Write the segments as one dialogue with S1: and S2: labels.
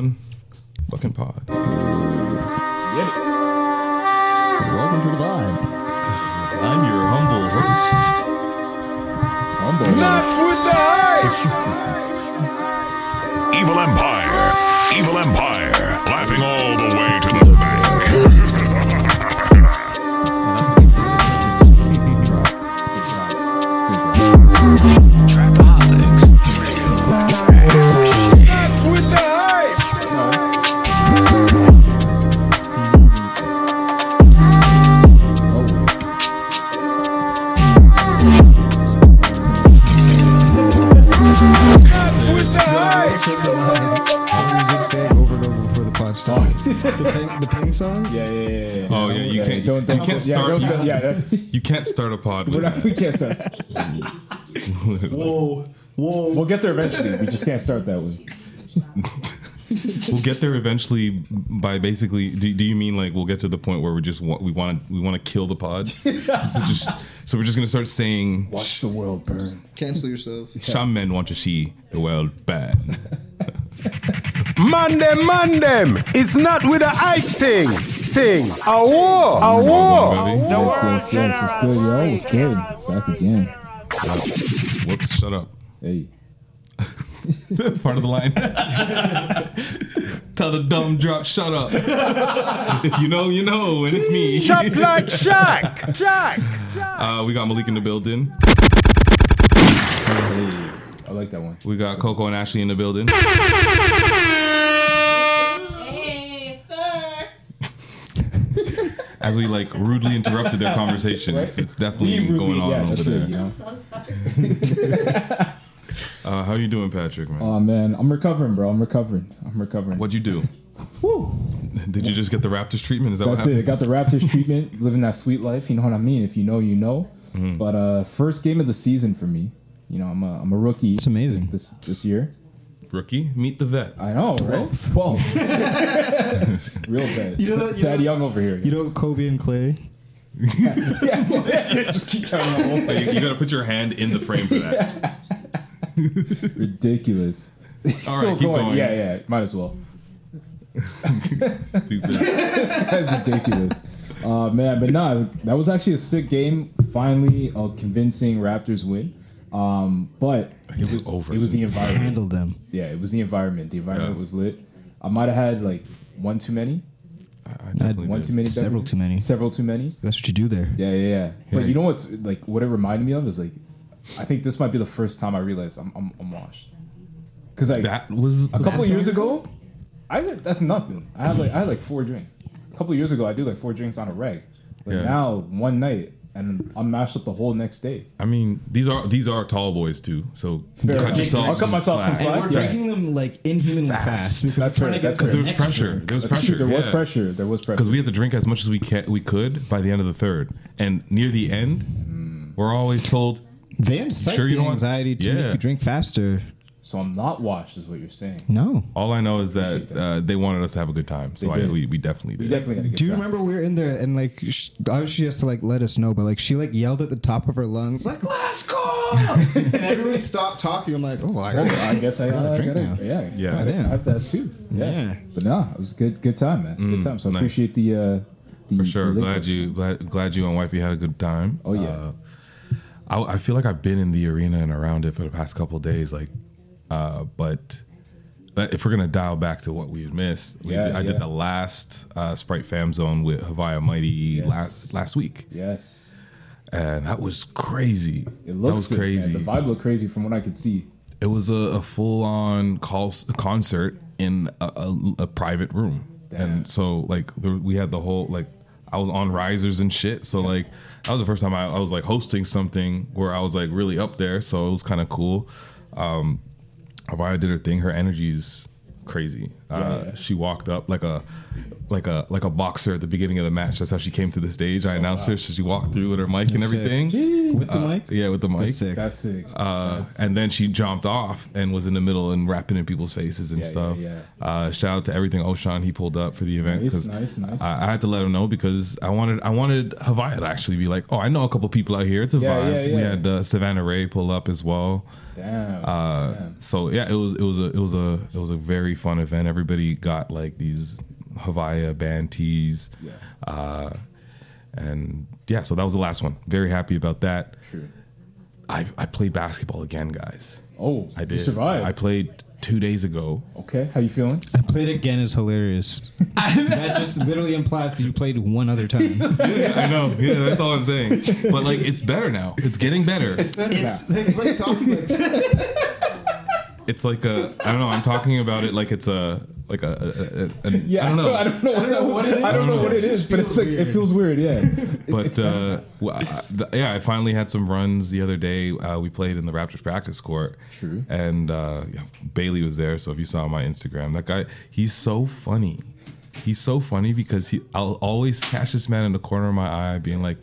S1: Mm. fucking pod.
S2: Welcome to the vibe.
S3: I'm your humble host.
S4: Not with the hype.
S5: Evil Empire. Evil Empire. Laughing all the way to the bank.
S4: Not with the hype. Not with the hype.
S2: Zigzag over and over before the pod started. the, ping, the ping song?
S6: Yeah, yeah, yeah. yeah.
S1: Oh, yeah, you
S6: Okay,
S1: can't-
S6: Don't,
S1: you
S6: don't,
S1: can't
S6: yeah,
S1: start-
S6: Don't, don't, yeah, that's,
S1: You can't start a pod
S6: we're
S1: with
S6: not, we can't start.
S1: that.
S2: Whoa, whoa.
S6: We'll get there eventually. We just can't start that one.
S1: we'll get there eventually by basically. Do, do you mean like we'll get to the point where we just want we want to we want to kill the pod? so just so we're just gonna start saying
S6: Watch the world burn.
S2: Cancel yourself.
S1: some men want to see the world bad.
S4: Man them, man them. It's not with a hype thing. Thing. A war. A war.
S6: Yes, yes, yes. We're still, you're always good. Back again.
S1: Whoops! Shut up.
S6: Hey.
S1: That's part of the line. Tell the dumb drop, shut up. if you know, you know, and it's me.
S4: Chop like Shaq. Shaq.
S1: Uh, we got Malik in the building.
S6: Hey. I like that one.
S1: We got Coco and Ashley in the building.
S7: Hey, sir.
S1: As we like rudely interrupted their conversation, it's, it's definitely
S6: We
S1: going
S6: really-
S1: on
S6: yeah,
S1: over
S6: that's
S1: there.
S6: it, you know?
S7: So sorry.
S1: Uh, how you doing, Patrick? Man,
S6: Oh man, I'm recovering, bro. I'm recovering. I'm recovering.
S1: what'd you do?
S6: Woo.
S1: Did you just get the Raptors treatment? Is that
S6: That's
S1: what
S6: it. I
S1: happened?
S6: got the Raptors treatment, living that sweet life. You know what I mean? If you know, you know.
S1: Mm-hmm.
S6: But uh, first game of the season for me. You know, I'm a, I'm a rookie. It's
S2: amazing.
S6: This this year.
S1: Rookie, meet the vet.
S6: I know, right? Twelve. Real bad.
S2: You know that- you
S6: Thad
S2: know-
S6: Young over here.
S2: You know Kobe and Clay?
S6: just keep counting that whole
S1: Like, you, gotta put your hand in the frame for that.
S6: Ridiculous.
S1: All right,
S6: Still
S1: keep going.
S6: Yeah, yeah. Might as well.
S1: Stupid.
S6: That's ridiculous. Uh, man, but nah, that was actually a sick game. Finally, a convincing Raptors win. Um, but it was
S1: over
S6: it was the
S1: since-
S6: environment.
S2: Handle them.
S6: Yeah, it was the environment. The environment
S1: Yeah.
S6: was lit. I might have had like one too many,
S1: I definitely
S6: one
S1: did.
S6: too many,
S2: Several
S6: beverages-
S2: too many.
S6: several too many.
S2: That's what you do there.
S6: Yeah, yeah, yeah. But you know what's like what it reminded me of is like, I think this might be the first time I realized I'm I'm, I'm washed. Cause like
S1: That was
S6: a couple years ago, I had- that's nothing. I had like I had like four drinks. A couple years ago, I do like four drinks on a reg, but
S1: Yeah.
S6: now one night and I'm mashed up the whole next day.
S1: I mean, these are these are tall boys too. So
S6: Fair
S1: cut
S6: enough.
S1: yourself.
S6: I'll cut myself some slack.
S2: We're
S6: Yeah.
S2: drinking them like infinitely fast. because
S6: That's
S2: we're trying
S6: fair,
S2: to
S6: that's
S2: get to
S1: There
S6: fair.
S1: was
S2: the next
S1: pressure.
S2: one.
S1: There was
S6: That's
S1: pressure.
S6: true. There was pressure. There was pressure.
S1: because we had to drink as much as we can we could by the end of the third. And near the end,
S6: Mm.
S1: we're always told
S2: They incite
S1: Sure you
S2: the
S1: don't want-
S2: anxiety to
S1: Yeah.
S2: make you drink faster.
S6: so I'm not washed, is what you're saying.
S2: No.
S1: All I know is that uh, they wanted us to have a good time, so
S6: They
S1: I,
S6: did.
S1: we, we definitely did.
S6: You definitely got to get.
S2: Do you
S6: time.
S2: remember we were in there and like sh- obviously she has to like let us know, but like she like yelled at the top of her lungs like "Last call," and everybody stopped talking. I'm like, oh, I
S6: Oh,
S2: got
S6: I guess I gotta,
S2: drink
S6: gotta-
S2: now.
S6: Yeah,
S1: Yeah.
S6: gotta
S2: Goddamn.
S6: have that too. Yeah.
S2: Yeah.
S6: but nah, it was a good, good time, man. Good time. So I
S1: Mm, nice.
S6: appreciate the, uh, the
S1: For sure.
S6: the liquor.
S1: Glad you glad, glad you and wifey had a good time.
S6: Oh, yeah.
S1: Uh, I, I feel like I've been in the arena and around it for the past couple of days, like, uh, but that- if we're gonna dial back to what we had missed, we
S6: Yeah,
S1: did, I
S6: yeah.
S1: did the last uh, Sprite Fam Zone with Havaya Mighty last last week,
S6: Yes,
S1: and that was crazy.
S6: it looks
S1: that was crazy.
S6: crazy. The vibe looked crazy from what I could see.
S1: It was a, a full on concert in a, a, a private room.
S6: Damn.
S1: And so, like, there, we had the whole, like, I was on risers and shit. So, like, that was the first time I, I was, like, hosting something where I was, like, really up there. So it was kind of cool. Um, Avaya did her thing. Her energy's crazy. Uh,
S6: yeah.
S1: She walked up like a like a like a boxer at the beginning of the match. That's how she came to the stage. I announced her. So she walked through with her mic and
S2: Oh, That's sick.
S1: everything.
S2: with the mic.
S1: Yeah, with the mic.
S2: Uh, That's sick.
S6: That's sick.
S1: Uh, and then she jumped off and was in the middle and rapping in people's faces and
S6: Yeah,
S1: stuff.
S6: yeah,
S1: Uh, shout out to everything Oshan he pulled up for the event.
S6: Nice,
S1: 'cause
S6: nice, nice.
S1: I, I had to let him know because I wanted I wanted Havaya to actually be like, oh, I know a couple people out here. It's a
S6: Yeah,
S1: vibe.
S6: yeah,
S1: We
S6: yeah.
S1: had uh, Savannah Ray pull up as well.
S6: Damn.
S1: Uh,
S6: damn.
S1: so yeah, it was it was a it was a it was a very fun event. Everybody got like these Hawaii band tees,
S6: Yeah.
S1: uh, and yeah. So that was the last one. Very happy about that.
S6: True.
S1: I I played basketball again, guys.
S6: Oh,
S1: I did
S6: You survived.
S1: I played two days ago.
S6: okay, how you feeling?
S2: Played again is hilarious. that just literally implies that you played one other time.
S1: I know. Yeah, that's all I'm saying. But like, it's better now. It's getting better.
S2: it's like, like talking like that.
S1: It's like a I don't know. I'm talking about it like it's a like a, a, a, an- I don't know.
S6: I don't know what,
S2: what it
S6: I don't
S2: is.
S6: know what
S2: It
S6: it is,
S2: just
S6: but it's
S2: feels
S6: like it
S2: weird.
S6: feels weird. Yeah.
S1: but uh, well, I, the, yeah, I finally had some runs the other day. Uh, we played in the Raptors practice court.
S6: True.
S1: And uh, yeah, Bailey was there, so if you saw my Instagram, that guy, he's so funny. He's so funny because he, I'll always catch this man in the corner of my eye, being like,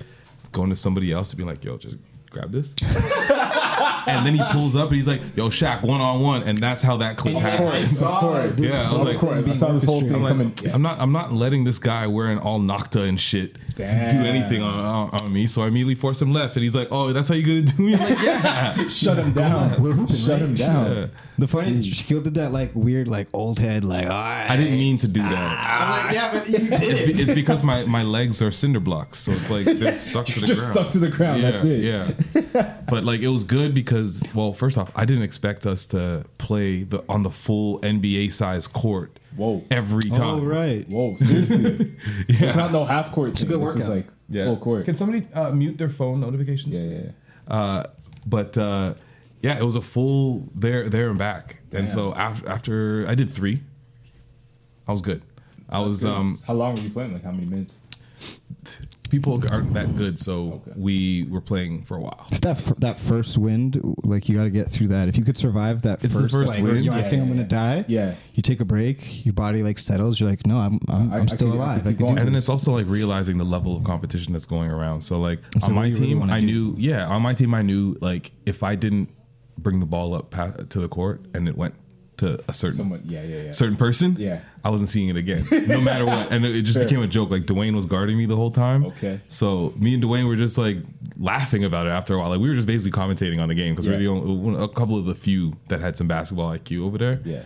S1: going to somebody else and being like, "Yo, just grab this." and then he pulls up and he's like, "Yo, Shaq, one on one," and that's how that clip
S2: I
S1: happened.
S2: saw
S6: course.
S2: it.
S1: Yeah, I was
S2: Of
S1: like-
S2: course.
S6: I saw this whole thing
S1: I'm like,
S6: coming.
S1: I'm not. I'm not letting this guy wearing all Nocta and shit do
S6: Damn.
S1: anything on, on, on me. So I immediately force him left, and he's like, "Oh, that's how you gonna do me?" I'm like, yeah.
S6: Shut him down.
S2: We're hooping,
S6: Shut
S2: right?
S6: him down.
S2: The funny is, Shaquille did that like weird, like old head, like I.
S1: I didn't mean to do that.
S2: I'm like, yeah, but you did it.
S1: It's, be- it's because my, my legs are cinder blocks, so it's like they're stuck to the
S6: Just
S1: ground.
S6: stuck to the ground,
S1: Yeah,
S6: that's it.
S1: Yeah, but like it was good because, well, first off, I didn't expect us to play the on the full NBA size court.
S6: Whoa.
S1: every time.
S2: All right.
S6: Whoa, seriously. It's not no half court. It's
S2: good
S6: this is
S2: workout.
S6: like
S1: Yeah.
S6: full court.
S1: Can somebody uh, mute their phone notifications?
S6: yeah,
S1: please?
S6: yeah.
S1: Uh, but uh, yeah, it was a full there, there and back. And so after, after I did three, I was good. I was um,
S6: How long were you playing? Like how many minutes?
S1: people aren't that good, so
S6: Okay.
S1: we were playing for a while.
S2: It's that, fir- that first wind, like you got to get through that. If you could survive that
S1: It's the
S2: first,
S1: first
S2: like,
S1: wind.
S2: yo, I
S1: Yeah,
S2: think I'm
S6: yeah,
S2: gonna die.
S6: Yeah.
S2: You take a break. Your body like settles. You're like, no, I'm I'm,
S6: I-
S2: I'm
S6: I
S2: still
S6: could- I
S2: alive.
S6: could
S2: I
S6: keep
S2: can do
S6: going.
S1: And then
S2: this.
S1: it's also like realizing the level of competition that's going around. So like
S2: So
S1: on
S2: what do
S1: my
S2: you really
S1: team,
S2: wanna
S1: I
S2: do?
S1: knew yeah. On my team, I knew like if I didn't bring the ball up pa- to the court and it went to a certain
S6: Someone yeah, yeah, yeah.
S1: certain person,
S6: Yeah.
S1: I wasn't seeing it again, no matter what. And it, it just
S6: Fair.
S1: became a joke. Like Dwayne was guarding me the whole time.
S6: Okay.
S1: So me and Dwayne were just like laughing about it after a while. Like we were just basically commentating on the game because we
S6: Yeah.
S1: were the only, one- a couple of the few that had some basketball IQ over there.
S6: yeah.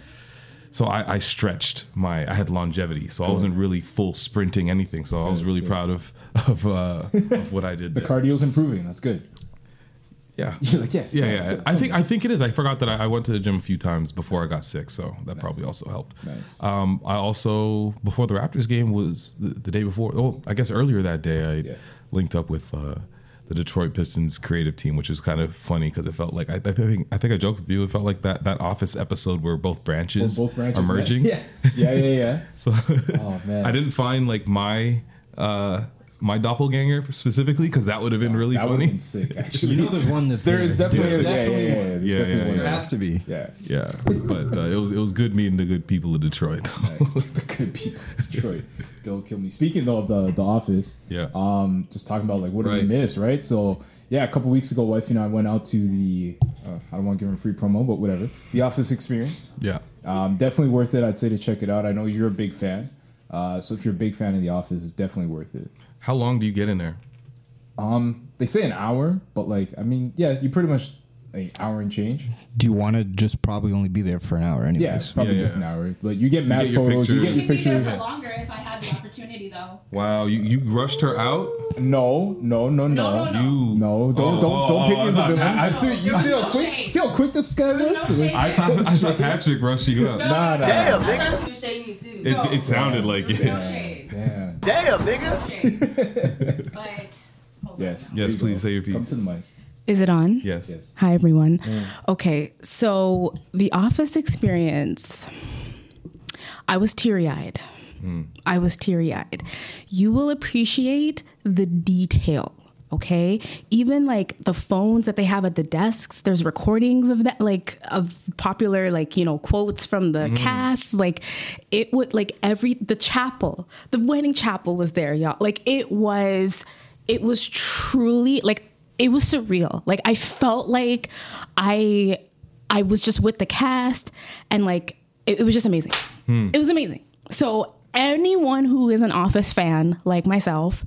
S1: So I, I stretched my, I had longevity, so I wasn't really full sprinting anything. So I was really proud of of, uh, of what I did.
S6: The
S1: there.
S6: cardio's improving. That's good.
S1: yeah.
S6: You're like, yeah.
S1: Yeah, yeah.
S6: so-
S1: I think I think it is. I forgot that I, I went to the gym a few times before I got sick, so that probably also helped.
S6: Nice.
S1: Um, I also before the Raptors game was the, the day before. Oh, I guess earlier that day I
S6: Yeah.
S1: linked up with uh, the Detroit Pistons creative team, which is kind of funny because it felt like I, I think I think I joked with you. It felt like that that Office episode where both branches,
S6: both branches
S1: are merging.
S6: Yeah. Yeah, yeah, yeah.
S1: So
S6: Oh man.
S1: I didn't find like my uh, my doppelganger specifically because that would have been really
S6: that would have
S1: funny.
S6: been sick actually.
S2: you know, there's one that's
S6: there is definitely,
S2: There's
S6: a, yeah, yeah,
S2: definitely
S6: yeah, yeah.
S2: one.
S6: There's
S1: Yeah, yeah,
S6: definitely one.
S1: yeah.
S2: It has to be.
S6: Yeah.
S1: Yeah, but uh, it was it was good meeting the good people of Detroit.
S6: the good people of Detroit. Don't kill me. Speaking though of the the office,
S1: Yeah.
S6: Um, just talking about like what did
S1: Right.
S6: we miss, right? So yeah, a couple weeks ago, wifey and I went out to the uh, I don't want to give him free promo, but whatever. The office experience.
S1: yeah,
S6: Um, definitely worth it. I'd say to check it out. I know you're a big fan. Uh, so if you're a big fan of The Office, it's definitely worth it.
S1: how long do you get in there?
S6: They say an hour, but like I mean, yeah, you pretty much like hour and change.
S2: Do you want to just probably only be there for an hour, anyways?
S6: Yeah, it's probably
S1: Yeah, yeah.
S6: just an hour. But you get mad
S1: get your
S6: photos, you get your
S7: Could be there
S6: pictures.
S7: for longer if I had the opportunity, though.
S1: Wow, you, you rushed her out.
S6: No, no, no, no.
S7: No, no, no.
S1: You Oh,
S6: No, don't don't don't pick me as a villain. I, I
S7: no.
S6: see you
S7: There's
S6: see how
S7: no
S6: quick
S7: shade.
S6: see how quick this guy was.
S7: There's no shade.
S1: I thought I thought Patrick rushed you out.
S6: Nah, nah.
S7: I thought you were shading me too.
S1: It,
S7: no,
S1: it sounded like it.
S7: no shade.
S6: Yeah.
S7: No shade. But hold on.
S6: Yes. there
S1: Yes,
S6: you go.
S1: please say your
S6: Come
S1: piece.
S6: to the mic.
S8: Is it on?
S1: Yes.
S6: Yes.
S8: Hi, everyone. Okay, so the office experience, I was teary eyed. I was teary eyed. You will appreciate the detail. Okay. Even like the phones that they have at the desks, there's recordings of that, like of popular, like, you know, quotes from the cast. Like, it would, like, every, the chapel, the wedding chapel was there, y'all. Like, it was, it was truly, like, it was surreal. Like I felt like I I was just with the cast and like it, it was just amazing. It was amazing. So anyone who is an office fan like myself,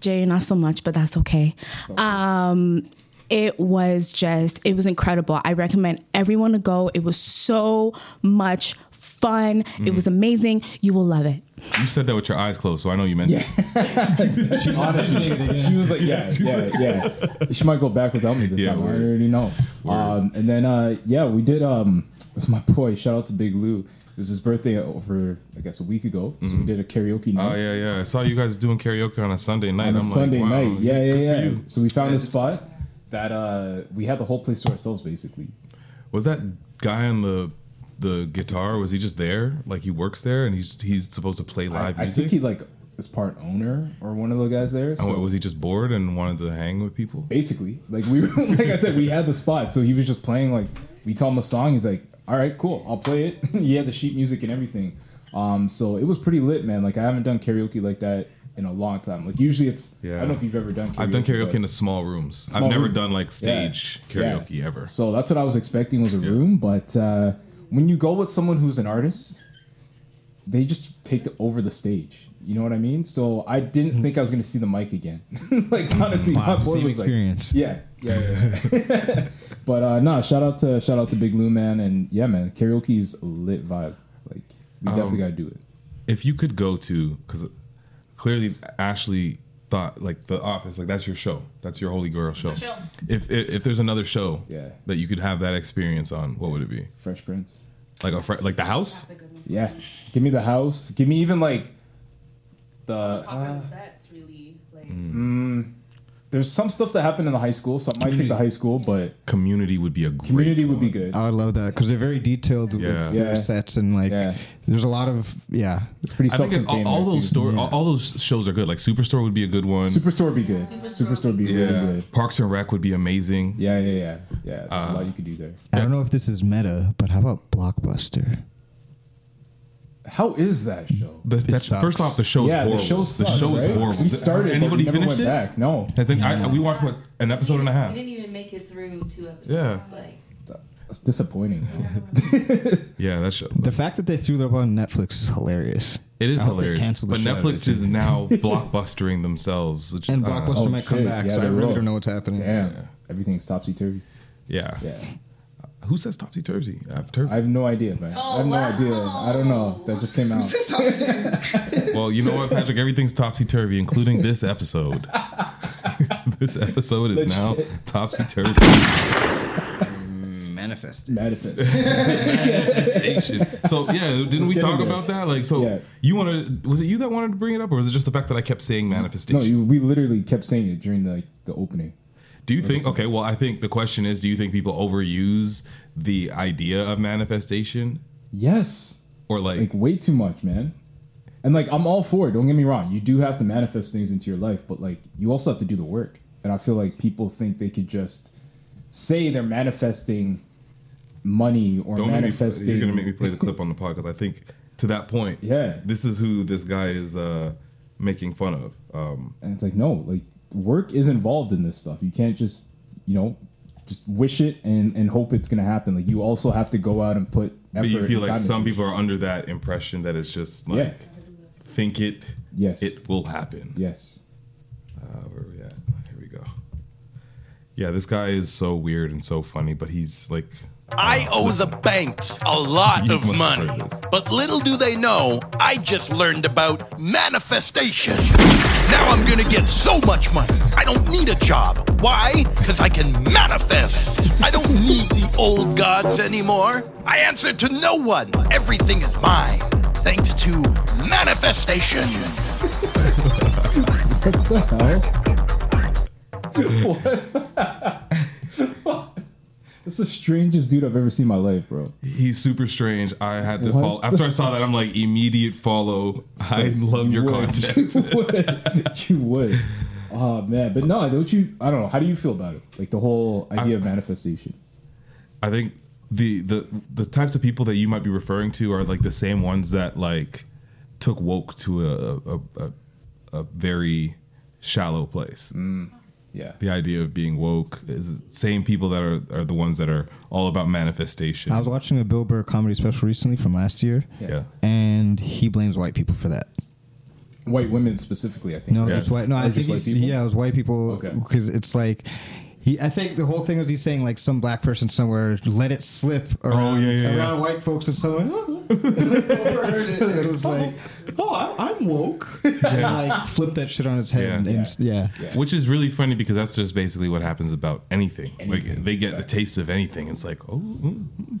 S8: Jay not so much, but that's okay. Um It was just, it was incredible. I recommend everyone to go. It was so much fun. It was
S6: Mm.
S8: amazing. You will love it.
S1: You said that with your eyes closed, so I know you meant it.
S6: Honestly, she was like, yeah, yeah, yeah. She might go back without me this
S1: Yeah,
S6: time.
S1: word.
S6: I already know. Um, and then, uh, yeah, we did. Um, it was my boy. Shout out to Big Lou. It was his birthday over, I guess, a week ago. So we did a karaoke night
S1: Oh yeah, yeah. I saw you guys doing karaoke on a Sunday night.
S6: on a
S1: I'm
S6: Sunday
S1: like, wow,
S6: night. Yeah, yeah,
S1: good for
S6: yeah.
S1: you.
S6: So we found a spot that uh, we had the whole place to ourselves, basically.
S1: Was that guy on the the guitar? Was he just there? Like he works there and he's he's supposed to play
S6: I,
S1: live
S6: I
S1: music. Oh,
S6: think he like is part owner or one of the guys there.
S1: And
S6: So
S1: what, was he just bored and wanted to hang with people?
S6: basically, like we, were, like I said, we had the spot. So he was just playing. Like we taught him a song. He's like, "All right, cool, I'll play it." he had the sheet music and everything. Um, so it was pretty lit, man. Like I haven't done karaoke like that in a long time. Like usually it's. I don't know if you've ever done. karaoke.
S1: I've done karaoke
S6: but-
S1: in the small rooms.
S6: Small
S1: I've never
S6: room.
S1: done like
S6: Yeah.
S1: stage
S6: Yeah.
S1: karaoke ever.
S6: So that's what I was expecting was a room, but uh, when you go with someone who's an artist, they just take the, over the stage. You know what I mean? So I didn't think I was going to see the mic again. like honestly, my boy
S2: Mm-hmm. Same
S6: was like-
S2: experience.
S6: yeah, yeah, yeah. yeah. but uh, no, shout out to shout out to Big Lou man, and yeah, man, karaoke's a lit vibe. Like we
S2: Um,
S6: definitely got to do it.
S1: If you could go to, because clearly Ashley thought like the office, like that's your show, that's your holy girl show.
S7: show.
S1: If, if if there's another show
S6: Yeah.
S1: that you could have that experience on, what would it be?
S6: Fresh Prince.
S1: Like a fr- like the house?
S7: That's a good one.
S6: Yeah, give me the house. Give me even like the.
S7: Pop
S6: Uh, mm.
S7: up sets really like
S6: there's some stuff that happened in the high school, so I might take the high school, but
S1: Community would be a great
S6: community would be good.
S2: Oh, I would love that because they're very detailed
S1: Yeah.
S2: with their
S6: Yeah.
S2: sets and like
S6: Yeah.
S2: there's a lot of yeah.
S6: It's pretty
S1: I think it-
S6: self-contained.
S1: all, all
S6: there,
S1: those
S6: too.
S1: store, all, all those shows are good. Like Superstore would be a good one.
S6: Superstore be good. Superstore, be really good.
S1: Parks and Rec would be amazing.
S6: Yeah, yeah, yeah, yeah. There's
S1: Uh,
S6: a lot you could do there.
S2: I don't know if this is meta, but how about Blockbuster?
S6: How is that show?
S1: The- that's-
S2: sucks.
S1: first off, the show. is
S6: yeah,
S1: horrible.
S6: the show sucks.
S1: The show is
S6: right?
S1: horrible.
S6: We started,
S1: Has
S6: anybody
S1: anybody
S6: but we never
S1: finished
S6: went
S1: it?
S6: back. Mm-hmm. No,
S1: Has any, I, we watched what an episode and a
S7: we
S1: half.
S7: didn't even make it through two episodes.
S1: Yeah.
S7: Like
S6: that's disappointing.
S1: Yeah, that show.
S2: The fact that they threw it up on Netflix is hilarious.
S1: It is
S2: I hope they
S1: hilarious.
S2: cancel the
S1: but
S2: show,
S1: Netflix
S2: they
S1: is now blockbustering themselves. Which, uh,
S2: And
S1: I don't know.
S2: Blockbuster
S6: oh,
S2: might come
S6: shit.
S2: back,
S6: Yeah,
S2: so I
S6: they
S2: really
S6: will.
S2: don't know what's happening.
S6: Damn, everything's topsy turvy.
S2: Oh,
S1: Yeah.
S6: Yeah,
S1: Who says Uh, topsy turvy?
S6: I have no idea, man. I
S7: Oh,
S6: have no
S7: wow.
S6: idea. I don't know. That just came out.
S1: Well, you know what, Patrick? Everything's topsy turvy, including this episode. this episode is now topsy turvy.
S2: Manifest.
S6: Manifest.
S1: So yeah, didn't we
S6: get
S1: talk
S6: in there.
S1: about that? Like, so
S6: Yeah.
S1: you want to? Was it you that wanted to bring it up, or was it just the fact that I kept saying
S2: Mm-hmm.
S1: manifestation?
S6: no, you, we literally kept saying it during the the opening.
S1: do you think? Okay, well, I think the question is, do you think people overuse the idea of manifestation,
S6: Yes.
S1: or like,
S6: like way too much, man. And like I'm all for it. Don't get me wrong. You do have to manifest things into your life, but like you also have to do the work. And I feel like people think they could just say they're manifesting money or
S1: don't make me,
S6: manifesting.
S1: you're gonna make me play the clip on the podcast? I think to that point,
S6: Yeah.
S1: this is who this guy is uh, making fun of. Um,
S6: and it's like no, like work is involved in this stuff. You can't just you know just wish it and and hope it's gonna happen. Like you also have to go out and put effort.
S1: but you feel
S6: and time
S1: like some
S6: into it.
S1: people are under that impression that it's just like
S6: Yeah.
S1: think it,
S6: Yes.
S1: it will happen.
S6: Yes.
S1: Uh, where are we at? Here we go. Yeah, this guy is so weird and so funny, but he's like,
S9: I owe the banks a lot
S1: You
S9: of
S1: must have
S9: money.
S1: heard this.
S9: But little do they know, I just learned about manifestation. Now I'm going to get so much money. I don't need a job. Why? Because I can manifest. I don't need the old gods anymore. I answer to no one. Everything is mine. Thanks to manifestation.
S6: That's the strangest dude I've ever seen in my life, bro.
S1: he's super strange. I had to
S6: What
S1: follow.
S6: the-
S1: After I saw that, I'm like, immediate follow. I love your
S6: would.
S1: content.
S6: you would. You would. Oh man, but no, don't you? I don't know. How do you feel about it? Like the whole idea of manifestation.
S1: I think the the the types of people that you might be referring to are like the same ones that like took woke to a a, a, a very shallow place.
S6: Mm. Yeah.
S1: The idea of being woke is the same people that are are the ones that are all about manifestation.
S2: I was watching a Bill Burr comedy special recently from last year,
S1: yeah.
S2: and he blames white people for that.
S6: White women specifically, I think.
S2: No,
S1: Yeah.
S2: just white. No,
S6: Or
S2: I
S6: just
S2: think
S6: white
S2: it's
S6: people?
S2: yeah, it was white people
S6: Okay.
S2: because it's like He, I think the whole thing was he's saying like some black person somewhere let it slip around,
S1: Oh, yeah, yeah, yeah.
S2: around white folks and someone overheard it. and It was like, oh, I, I'm woke. and like flipped that shit on its head.
S1: Yeah.
S2: And, and- yeah.
S1: Which is really funny because that's just basically what happens about anything. Like they get the taste of anything. It's like, oh, mm.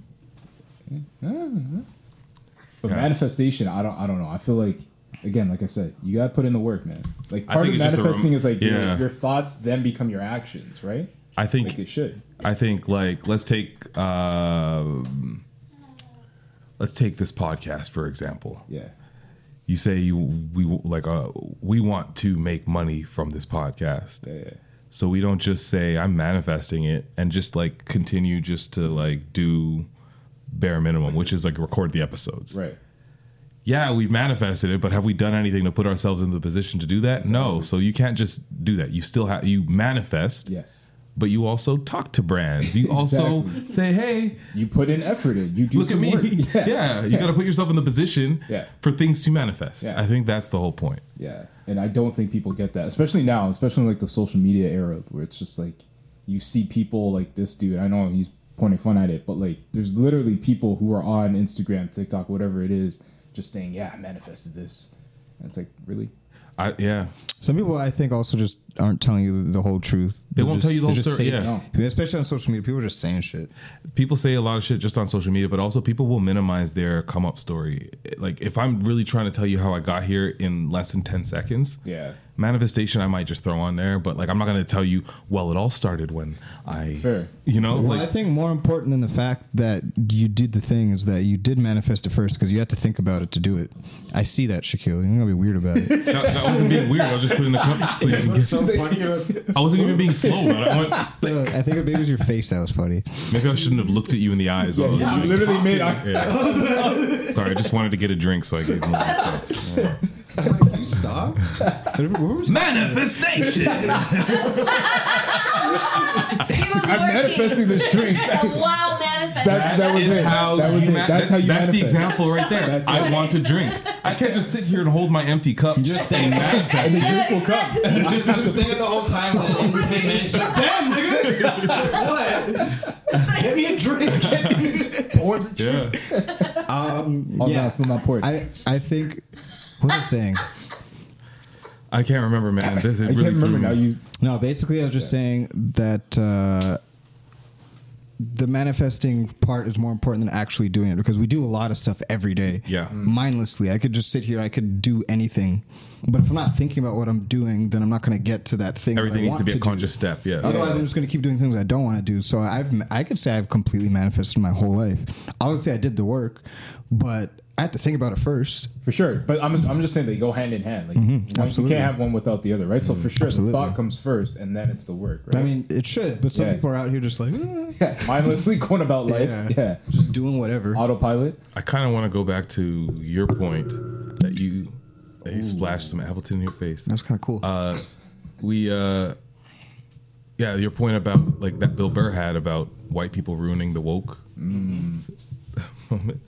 S6: But
S1: Yeah.
S6: manifestation, I don't, I don't know. I feel like, again, like I said, you gotta put in the work, man. Like
S1: I
S6: part of
S1: think it's just a rem-
S6: manifesting is like
S1: Yeah.
S6: your, your thoughts then become your actions, right?
S1: I think
S6: Like it should.
S1: I think like let's take um let's take this podcast for example.
S6: Yeah.
S1: You say you we like uh, we want to make money from this podcast.
S6: Yeah, yeah.
S1: So we don't just say I'm manifesting it and just like continue just to like do bare minimum, which is like record the episodes.
S6: Right.
S1: Yeah, we've manifested it, but have we done anything to put ourselves in the position to do that? No. So you can't just do that. You still have you manifest
S6: Yes.
S1: but you also talk to brands. You also
S6: Exactly.
S1: say, "Hey,
S6: You put in effort in. You do
S1: look at
S6: some
S1: me."
S6: work.
S1: Yeah, you got to put yourself in the position
S6: Yeah.
S1: for things to manifest.
S6: Yeah.
S1: I think that's the whole point.
S6: Yeah, and I don't think people get that, especially now, especially in, like the social media era, where it's just like you see people like this dude. I know he's pointing fun at it, but like there's literally people who are on Instagram, TikTok, whatever it is, just saying, "Yeah, I manifested this." And it's like, really?
S1: I, yeah,
S2: Some people, I think, also just aren't telling you the whole truth. They
S1: won't tell you the whole story, yeah.
S2: Especially on social media, people are just saying shit.
S1: people say a lot of shit just on social media, but also people will minimize their come up story. Like if I'm really trying to tell you how I got here in less than 10 seconds,
S6: Yeah.
S1: Manifestation, I might just throw on there, but like I'm not gonna tell you. Well, it all started when I,
S6: fair.
S1: you know,
S2: Well, I
S1: like
S2: think more important than the fact that you did the thing is that you did manifest it first because you had to think about it to do it. I see that, Shaquille. You're gonna be weird about it.
S1: that, that wasn't being weird. I was just putting the cup. So you can get, I wasn't even being slow. But I went,
S2: Uh, I think maybe it was your face that was funny.
S1: Maybe I shouldn't have looked at you in the eyes. While I was doing
S6: literally made. I,
S1: it. Yeah. Sorry, I just wanted to get a drink, so I gave him. a drink.
S2: you stop.
S1: Manifestation.
S7: He was
S6: I'm manifesting this drink.
S7: A wild manifesting.
S6: That- that was
S1: Is
S6: it.
S1: how
S6: That was
S1: you
S6: it.
S1: ma-
S6: That's how you
S1: That's the
S6: manifest.
S1: example right there.
S6: That's
S1: I want to drink. I can't just sit here and hold my empty cup. Just and manifest.
S7: Yeah,
S6: drink will
S7: exactly.
S2: just, just thinking the whole time that in 10 minutes, like, damn, nigga, what? Get me a drink. Pour the
S1: Yeah.
S6: oh
S2: Yeah.
S6: no, it's still not poured.
S2: I, I think, what was I saying?
S1: I can't remember, man. This, it
S6: I
S1: really
S6: can't remember now. You
S2: No, basically, I was just saying that uh, the manifesting part is more important than actually doing it because we do a lot of stuff every day.
S1: Yeah. Mm.
S2: Mindlessly. I could just sit here, I could do anything. But if I'm not thinking about what I'm doing, then I'm not going to get to that thing. that I
S1: Everything needs to
S2: want
S1: be a
S2: do.
S1: conscious step. Yeah.
S2: Otherwise, I'm just going to keep doing things I don't want to do. So I've I could say I've completely manifested my whole life. Obviously, I did the work, but I had to think about it first.
S6: For sure, but I'm, I'm just saying they go hand in hand. Like one, you
S2: Mm-hmm. absolutely. Mm-hmm.
S6: can't have one without the other, right? So for sure,
S2: absolutely.
S6: the thought comes first, and then it's the work, right?
S2: I mean, it should, but some
S6: Yeah.
S2: people are out here just like eh,
S6: yeah, mindlessly going about life,
S2: Yeah.
S6: yeah.
S2: just doing whatever.
S6: Autopilot.
S1: I kind of want to go back to your point that you that you splashed some Appleton in your face.
S2: That's kind of cool.
S1: uh, we uh, yeah your point about like that bill burr had about white people ruining the woke
S2: Mm-hmm.
S1: moment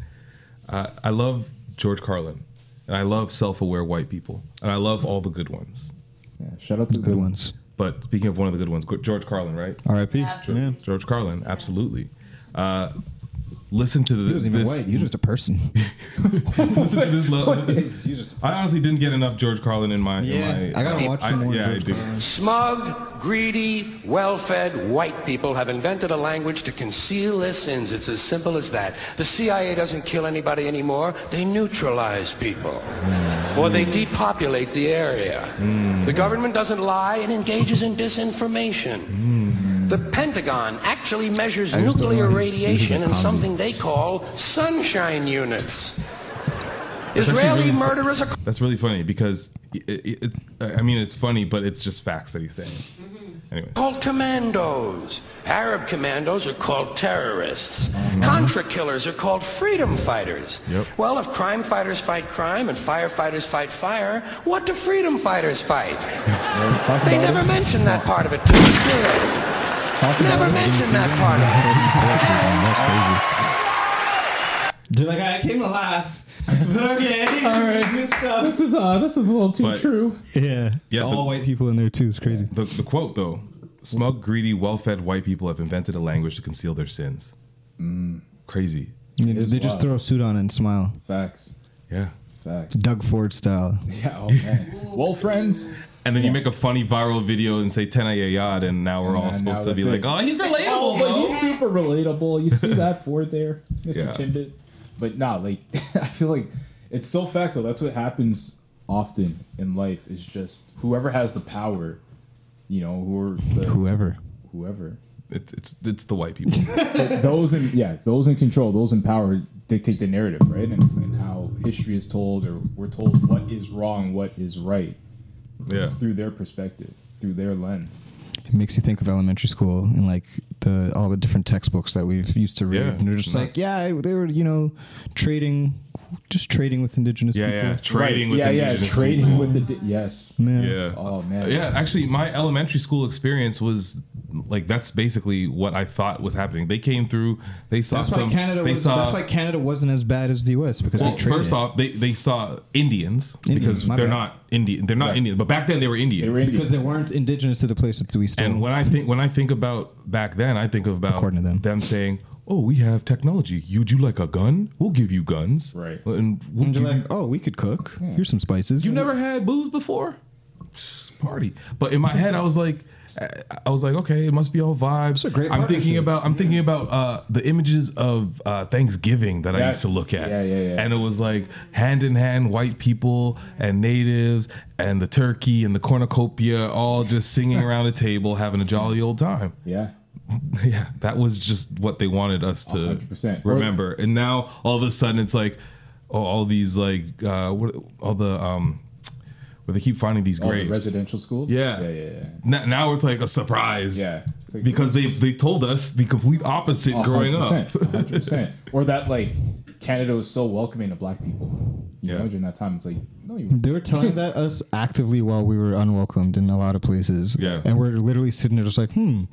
S1: uh, i love george carlin and i love self-aware white people and i love all the good ones
S6: Yeah, shout out to the
S2: Good ones.
S1: but speaking of one of the good ones george carlin right
S2: R.I.P.
S7: Absolutely.
S1: george carlin absolutely uh, listen to
S2: He
S1: this,
S2: wasn't even white.
S1: this,
S2: He was just a person.
S1: listen to this lo-
S6: You just
S1: i honestly didn't get enough george carlin in my in
S2: Yeah,
S1: my-
S2: I gotta watch some more
S1: yeah,
S2: George
S1: I do.
S2: Carlin.
S10: Smug, greedy, well fed white people have invented a language to conceal their sins. It's as simple as that. The CIA doesn't kill anybody anymore, they neutralize people.
S2: Hmm.
S10: Or they depopulate the area. The government doesn't lie and engages in disinformation. The Pentagon actually measures
S2: Hmm. I just don't
S10: nuclear
S2: know why he's
S10: radiation
S2: using a
S10: in
S2: condom.
S10: something they call sunshine units.
S1: actually
S10: Israeli
S1: really-
S10: murderers are
S1: That's really funny because it, it, it, I mean it's funny, but it's just facts that he's saying. Anyway,
S10: called commandos. Arab commandos are called terrorists.
S4: Mm-hmm.
S10: Contra killers are called freedom fighters.
S1: Yep.
S10: Well, if crime fighters fight crime and firefighters fight fire, what do freedom fighters fight?
S6: talk
S10: They
S6: about
S10: never
S6: it.
S10: mention that part of it, too, do they?
S6: Talk about
S10: Never
S6: it.
S10: mention that part of it.
S2: They're like, I came to laugh. But okay, all right, good stuff.
S6: This is uh, this is a little too
S1: But-
S6: true.
S2: Yeah,
S1: Yeah,
S2: all
S1: but-
S2: white people in there too. It's crazy.
S1: the, the quote though smug, greedy, well-fed white people have invented a language to conceal their sins.
S6: Mm.
S1: Crazy.
S2: You know,
S6: It is
S2: they just
S6: wild.
S2: throw a suit on and smile,
S6: Facts.
S1: Yeah.
S6: Facts.
S2: Doug Ford style.
S6: Yeah. Oh man. well, friends.
S1: And then you make a funny viral video and say 10 a yard, and now we're all
S6: And now
S1: supposed to be
S6: that's
S1: like, oh,
S6: it.
S1: he's
S6: Oh,
S1: relatable.
S6: but he's super relatable. You see that Ford there, Mister
S1: Yeah.
S6: Timbit. But nah, like I feel like it's so factual. That's what happens often in life. Is just whoever has the power, you know, who are the,
S2: Whoever.
S6: whoever
S1: It's, it's, it's the white people.
S6: those in yeah those in control those in power dictate the narrative right and, and how history is told or we're told what is wrong what is right
S1: Yeah.
S6: it's through their perspective through their lens
S2: It makes you think of elementary school and like the all the different textbooks that we've used to read.
S1: Yeah.
S2: and they're just like, yeah, they were you know trading, just trading with indigenous
S1: Yeah,
S2: people.
S1: yeah. Trading with
S6: yeah yeah
S1: indigenous
S6: trading
S1: people.
S6: with the di- yes
S2: Man.
S1: Yeah.
S6: Oh, man.
S1: Yeah, actually, my elementary school experience was like that's basically what I thought was happening. They came through. They saw
S2: That's
S1: some.
S2: why Canada
S1: they
S2: was.
S1: saw.
S2: that's why Canada wasn't as bad as the U.S. because
S1: well,
S2: they traded.
S1: first off, they, they saw Indians, because
S2: Indians, my
S1: they're
S2: bad.
S1: not Indian. They're not
S6: Right.
S1: Indian, but back then they were Indians.
S6: they were
S2: because
S6: Indians.
S2: they weren't indigenous to the place that we stole.
S1: And when I think when I think about back then, I think about
S2: According to them.
S1: saying, "Oh, we have technology. You'd you like a gun? We'll give you guns."
S6: Right.
S1: And, we'll
S2: and
S1: give
S2: they're
S1: you-
S2: like, oh, we could cook. Here's some spices.
S1: you never had booze before? Psh, Party. But in my head, I was like, I- I was like, okay, it must be all vibes.
S2: a great
S1: I'm thinking
S2: partnership.
S1: about I'm thinking about uh, the images of uh, Thanksgiving that I used
S6: Yes.
S1: to look at.
S6: Yeah, yeah, yeah.
S1: And it was like hand in hand, white people and natives and the turkey and the cornucopia all just singing around a table, having a jolly old time.
S6: yeah
S1: Yeah, that was just what they wanted us to
S6: 100%.
S1: remember. And now all of a sudden it's like oh, all these like uh what all the um where they keep finding these
S6: all
S1: graves.
S6: the residential schools
S1: Yeah.
S6: yeah yeah, yeah.
S1: Now, now it's like a surprise.
S6: Yeah. It's like-
S1: because they they told us the complete opposite growing up.
S6: 100%. or that like Canada was so welcoming to black people you
S1: Yeah.
S6: know during that time it's like no you weren't.
S2: They were telling that us actively while we were unwelcomed in a lot of places.
S1: Yeah.
S2: And we're literally sitting there just like, hmm,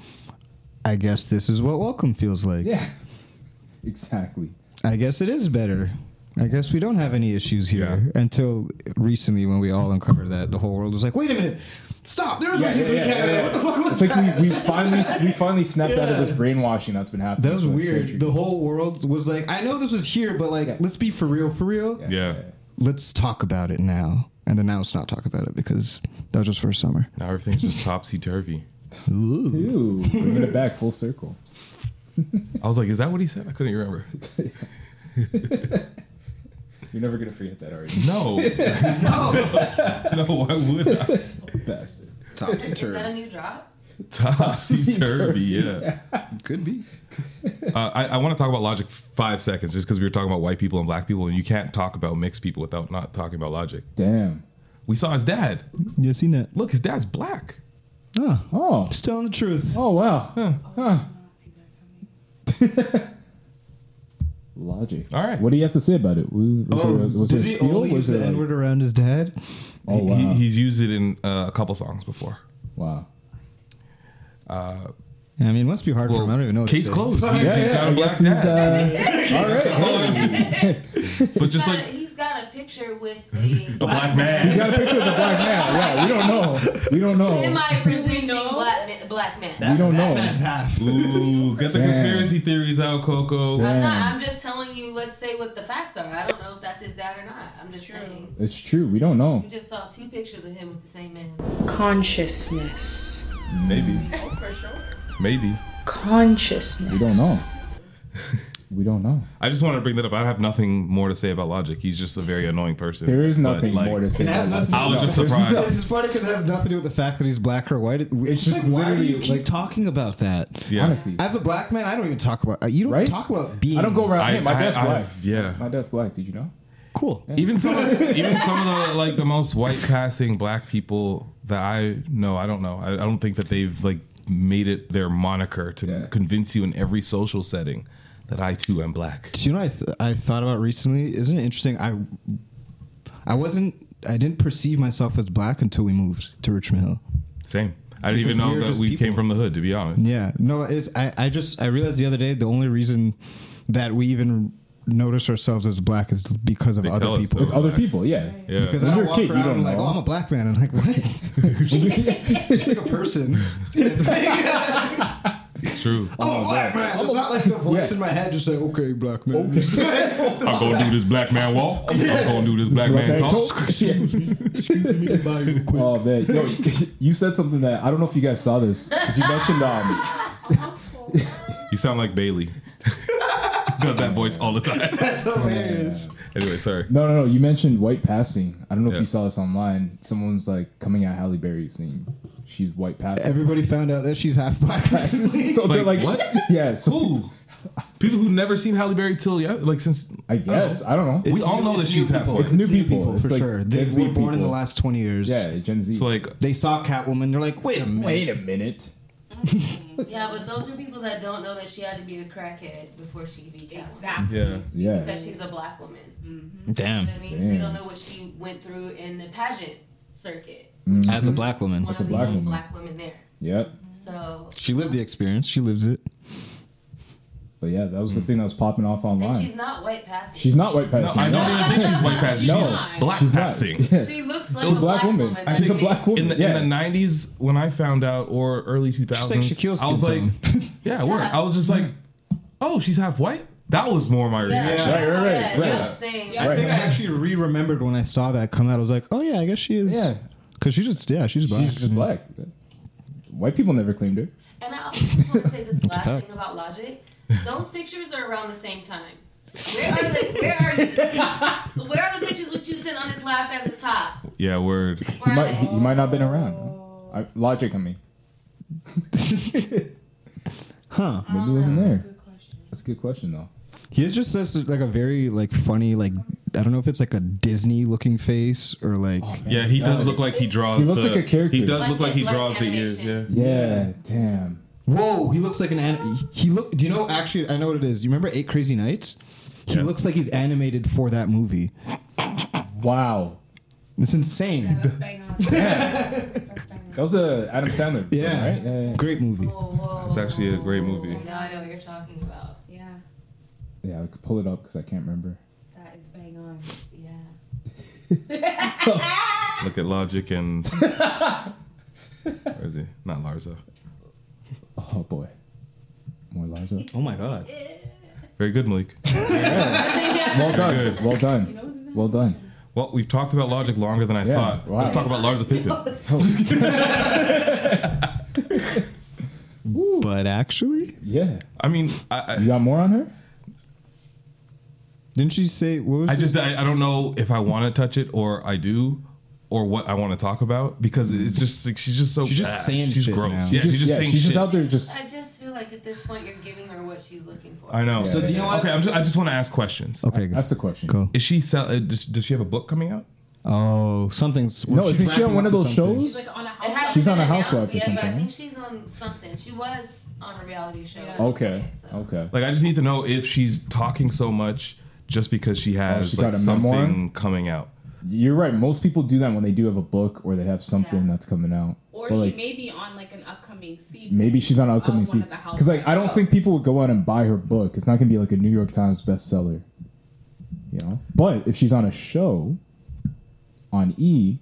S2: I guess this is what welcome feels like.
S6: yeah exactly
S2: I guess it is better. I guess we don't have any issues here until recently when we all uncovered that the whole world was like, wait a minute, stop, there's
S6: Yeah,
S2: racism
S6: yeah,
S2: in
S6: yeah,
S2: Canada.
S6: yeah, yeah.
S2: What the fuck was
S6: It's like
S2: that?
S6: we, we finally we finally snapped out of
S2: Yeah.
S6: this brainwashing that's been happening.
S2: that was
S6: for, like,
S2: weird.
S6: centuries.
S2: The whole world was like, I know this was here, but like,
S6: Yeah.
S2: let's be for real, for real.
S1: Yeah.
S2: Let's talk about it now. And then now let's not talk about it because that was just for a summer.
S1: Now everything's just topsy turvy.
S6: Ooh, bringing it back full circle.
S1: I was like, is that what he said? I couldn't remember.
S6: You're never gonna forget that, are you?
S1: No. no. no, why would I?
S6: Bastard.
S2: Topsy
S7: Is that a
S2: turvy.
S7: new drop?
S1: Topsy turvy, yeah.
S2: Could be.
S1: Uh, I, I want to talk about logic five seconds just because we were talking about white people and black people, and you can't talk about mixed people without not talking about logic.
S6: Damn.
S1: We saw his dad.
S2: You seen that?
S1: Look, his dad's black.
S2: Oh,
S6: Oh.
S2: just telling the truth.
S6: Oh wow. Huh. Huh. Logic.
S1: All right.
S6: What do you have to say about it? Was, was there- was
S2: Oh, does
S6: there
S2: he
S6: a steal?
S2: only
S6: Was
S2: use the
S6: there, like-
S2: N word around his dad?
S6: Oh wow.
S1: He, he's used it in uh, a couple songs before.
S6: wow.
S2: I mean, it must be hard for him. I don't even know. what to
S1: Case
S2: say.
S1: closed. He's, he's got
S6: I
S1: a
S6: guess
S1: black
S6: he's,
S1: dad.
S6: uh, all right.
S1: but just
S7: Got a-
S1: like
S7: he's got a picture with a
S1: the black man.
S6: He's got a picture of the black man. Yeah, we don't know. We don't know.
S7: semi-presenting black man. Black man.
S6: we don't know.
S2: half.
S1: Ooh, get the
S6: Damn.
S1: conspiracy theories out, Coco.
S7: I'm not.
S6: Damn.
S7: I'm just telling you. Let's say what the facts are. I don't know if that's his dad or not. I'm just saying.
S6: It's true. We don't know.
S7: You just saw two pictures of him with the same man.
S11: Consciousness.
S1: Maybe,
S7: For sure.
S1: maybe.
S11: Consciousness.
S6: We don't know. We don't know.
S1: I just wanted to bring that up. I have nothing more to say about logic. He's just a very annoying person.
S6: There is
S1: But,
S6: nothing
S1: like,
S6: more to say.
S2: It has
S6: about
S2: nothing.
S1: I was just
S2: there's-
S1: surprised.
S2: This is funny because it has nothing to do with the fact that he's black or white. It- It's
S6: just
S2: just like, why do you
S6: literally,
S2: keep
S6: like-
S2: talking about that?
S6: that.
S1: Yeah.
S6: Honestly,
S2: As a black man, I don't even talk about. uh, You don't
S6: Right?
S2: talk about being.
S6: I don't go around.
S1: I-
S6: hey, my
S1: I-
S6: dad's
S1: I-
S6: black.
S1: yeah.
S6: my dad's black. Did you know?
S2: Cool.
S1: Even some, of, even some of the like the most white passing black people that I know, I don't know. I, I don't think that they've like made it their moniker to
S6: Yeah.
S1: convince you in every social setting that I too am black.
S2: Do you know what I, th- I thought about recently? Isn't it interesting? I I wasn't. I didn't perceive myself as black until we moved to Richmond Hill.
S1: Same. I didn't
S2: Because
S1: even know
S2: we are
S1: that
S2: just
S1: we
S2: people.
S1: came from the hood. To be honest,
S2: Yeah. No, it's I, I just I realized the other day the only reason that we even notice ourselves as black is because of
S6: They tell
S2: other
S6: us
S2: people.
S6: that It's we're other black. people, yeah. Yeah.
S2: Because
S6: When
S2: I
S6: you're
S2: don't
S6: a
S2: walk
S6: kid, you
S2: around
S6: don't
S2: like,
S6: know.
S2: oh, I'm a black man, and like what? It's like a person.
S1: It's true.
S2: I'm a black man. It's not like the voice in my head just like, okay, black man.
S1: I'm gonna do this black man walk. I'm gonna do this black man talk.
S6: Excuse me. Oh man, Yo, you said something that I don't know if you guys saw this. But you mentioned um,
S1: You sound like Bailey. Does that voice all the time.
S2: That's hilarious.
S1: Anyway, sorry.
S6: No, no, no. You mentioned white passing. I don't know if you saw this online. Someone's like coming at Halle Berry saying she's white passing.
S2: Everybody found out that she's half black.
S6: so they're like, Yeah. So
S1: People who've never seen Halle Berry till yeah, like since
S6: I guess I don't know.
S1: We all know that she's half.
S2: It's, new people, for sure. They were born in the last twenty years.
S6: Yeah, Gen Z.
S1: So like
S2: they saw Catwoman, they're like, wait a minute,
S6: Wait a minute.
S7: Yeah, but those are people that don't know that she had to be a crackhead before she could be Catwoman. Exactly.
S1: Yeah.
S6: Yeah.
S7: Because she's a black woman. Mm-hmm.
S2: Damn.
S7: You know what I mean? They don't know what she went through in the pageant circuit.
S2: As a black woman,
S7: One of the only black women there.
S6: Yep.
S7: So,
S2: She lived the experience. She lives it.
S6: But yeah, that was
S1: Hmm.
S6: the thing that was popping off
S7: and
S6: online.
S7: she's not white passing.
S6: She's not white passing.
S1: I don't even think she's white passing.
S6: No,
S1: She's black
S6: she's not.
S1: passing.
S6: Yeah.
S7: She looks like
S6: She's
S7: a
S6: a
S7: black,
S6: black woman.
S7: woman.
S1: I
S6: She's a
S1: think
S6: black woman,
S1: In the,
S6: yeah.
S1: in the 90s, when I found out, or early 2000s,
S2: like Shaquille
S1: I was like,
S2: skin
S1: yeah, word. I was just like, oh, she's half white? That was more my
S7: Yeah.
S1: reaction.
S7: Right, right, right, Yeah, right.
S1: Yeah.
S7: yeah, same.
S2: I think I actually re-remembered when I saw that come out. I was like, oh yeah, I guess she is.
S6: Yeah.
S2: Because she's just yeah, she's black.
S6: She's just black. White people never claimed her.
S7: And I also just want to say this last
S6: fact.
S7: thing about Logic. Those pictures are around the same time. Where are the where are you sitting? Where are the pictures with you sitting on his lap as a top?
S1: Yeah, word.
S6: You might, he, he might not been around. I, logic, I mean.
S2: huh?
S6: Maybe he wasn't there. That's a good question, though.
S2: He just says like a very like funny like I don't know if it's like a Disney looking face or like
S1: Yeah, he does look like he draws.
S2: He looks
S1: the-
S2: like a character.
S1: He does
S2: Like
S1: look like
S2: the-
S1: he
S2: like
S1: draws the ears. Yeah.
S6: Yeah, damn.
S2: Whoa, he looks like an an- he look. Do you know? Actually, I know what it is. You remember Eight Crazy Nights? He looks like he's animated for that movie.
S6: Wow,
S2: it's insane.
S6: That was a Adam Sandler. film,
S2: Yeah.
S6: right? Yeah, yeah.
S2: Great movie.
S1: It's actually a great movie.
S7: Now I know what you're talking about. Yeah,
S6: Yeah, I could pull it up because I can't remember.
S7: that is bang on. Yeah.
S1: Look at Logic and. Where is he? Not Larza.
S6: Oh boy, more Larza.
S2: Oh my god.
S1: Very good, Malik.
S6: Well done. Well done. Well done.
S1: Well, we've talked about Logic longer than I thought. Let's talk about Larza Pippen.
S2: But actually,
S6: yeah.
S1: I mean, I, I,
S6: You got more on her?
S2: Didn't she say what was
S1: I
S2: it?
S1: just I, I don't know if I want to touch it or I do or what I want to talk about because it's just like she's just so
S2: She's just
S1: bad.
S2: saying
S1: she's
S2: shit
S1: gross.
S2: now.
S1: Yeah, she's just,
S6: yeah,
S1: saying
S6: she's just
S1: shit.
S6: out there just.
S7: I just feel like at this point you're giving her what she's looking for.
S1: I know.
S2: So do you know what-
S1: Okay, I'm just, I just want to ask questions.
S2: Okay,
S6: That's the question.
S2: Cool.
S1: Is she sell? Uh, does, does she have a book coming out?
S2: Oh, something's
S6: No, isn't she on
S2: wrapping
S6: one
S2: up
S6: of
S2: to
S6: those
S2: something.
S6: shows?
S7: on a housewife.
S6: She's on a housewife or
S7: Yeah, but I
S6: something,
S7: think she's on something. She was on a reality show.
S6: Okay. Okay.
S1: Like, I just need to know if she's talking so much just because she has
S6: Oh, she
S1: like,
S6: got a
S1: something
S6: memoir?
S1: coming out.
S6: You're right. Most people do that when they do have a book or they have something that's coming out.
S12: Or
S6: But,
S12: she
S6: like,
S12: may be on like an upcoming season.
S6: maybe she's on an upcoming
S12: of one
S6: season.
S12: of the
S6: Because like I don't think people would go out and buy her book. It's not gonna be like a New York Times bestseller. You know? But if she's on a show on E,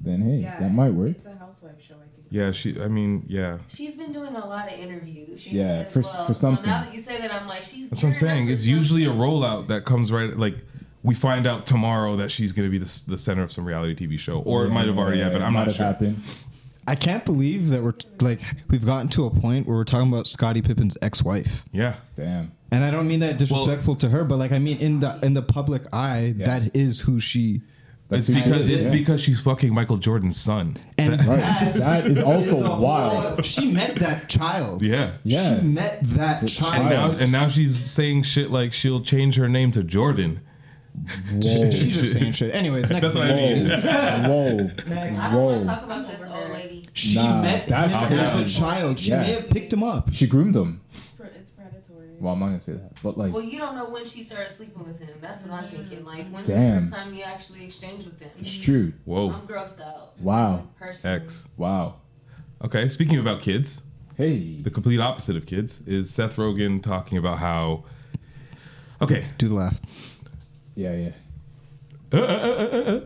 S6: then hey, that might work.
S12: It's a housewife show, I think.
S1: Yeah, she. I mean, yeah.
S7: She's been doing a lot of interviews.
S1: Yeah,
S7: as
S1: for-
S7: well.
S1: for something.
S7: So now that you say that, I'm like, she's.
S1: That's what I'm
S7: gearing up
S1: saying.
S7: for
S1: It's usually a rollout that comes right like. We find out tomorrow that she's going to be the, s- the center of some reality TV show, or it might have already
S6: Yeah,
S1: happened.
S6: it
S1: I'm
S6: might
S1: not
S6: have
S1: sure.
S6: happened.
S2: I can't believe that we're t- like we've gotten to a point where we're talking about Scottie Pippen's ex-wife.
S1: Yeah,
S6: Damn.
S2: And I don't mean that disrespectful to her, but like I mean in the in the public eye, that is who she.
S1: it's because
S2: is.
S1: it's because she's fucking Michael Jordan's son.
S2: And
S1: That-
S6: That is also
S2: a whole-
S6: wild.
S2: she met that child.
S1: yeah,
S2: She met that
S1: And
S2: child.
S1: now, and now she's saying shit like she'll change her name to Jordan.
S2: She's just saying shit. Anyways, next
S1: That's what I
S2: thing.
S1: mean.
S6: Whoa.
S7: I don't want to talk about this old lady.
S2: She
S6: Nah,
S2: met
S6: that's
S2: him as
S6: crazy.
S2: a child. She
S6: Yeah.
S2: may have picked him up.
S6: She groomed him.
S7: It's predatory.
S6: Well, I'm not gonna say that. But like
S7: Well, you don't know when she started sleeping with him. That's what I'm
S6: Mm-hmm.
S7: thinking. Like, when's
S6: Damn.
S7: the first time you actually exchanged with him?
S6: it's true.
S7: I'm grossed out.
S6: Wow.
S7: Personally.
S1: X.
S6: Wow.
S1: Okay, speaking about kids.
S6: Hey.
S1: The complete opposite of kids is Seth Rogen talking about how Okay.
S2: Do the laugh.
S6: Yeah, yeah.
S1: Don't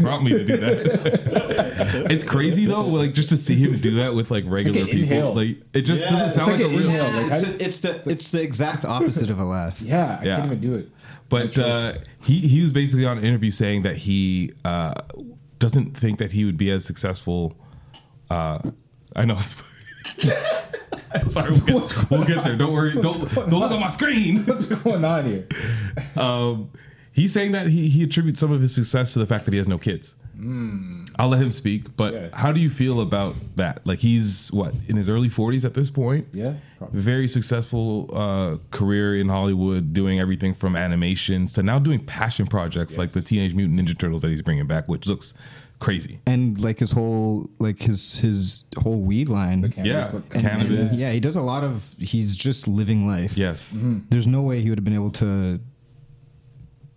S1: prompt me to do that. it's crazy though, like just to see him do that with like regular
S6: an
S1: people.
S6: inhale.
S1: Like it just
S6: Yeah,
S1: doesn't
S6: it's
S1: sound
S6: like
S1: like,
S6: an
S1: a real.
S6: inhale, like,
S2: It's, it's the it's the exact opposite of a laugh.
S6: Yeah, I can't even do it.
S1: But uh, he he was basically on an interview saying that he uh, doesn't think that he would be as successful. Uh, I know. It's, sorry, we'll get, we'll get there. Don't worry. Don't don't look at my screen.
S6: What's going on here?
S1: Um, he's saying that he he attributes some of his success to the fact that he has no kids. I'll let him speak, but how do you feel about that? Like he's what in his early 40s at this point?
S6: Yeah,
S1: Very successful uh, career in Hollywood, doing everything from animations to now doing passion projects like the Teenage Mutant Ninja Turtles that he's bringing back, which looks crazy.
S2: And like his whole like his his whole weed line.
S1: cannabis- Yeah, the
S2: And-
S1: cannabis.
S2: and, yeah, Mm-hmm. he does a lot of he's just living life.
S1: Yes.
S2: There's no way he would have been able to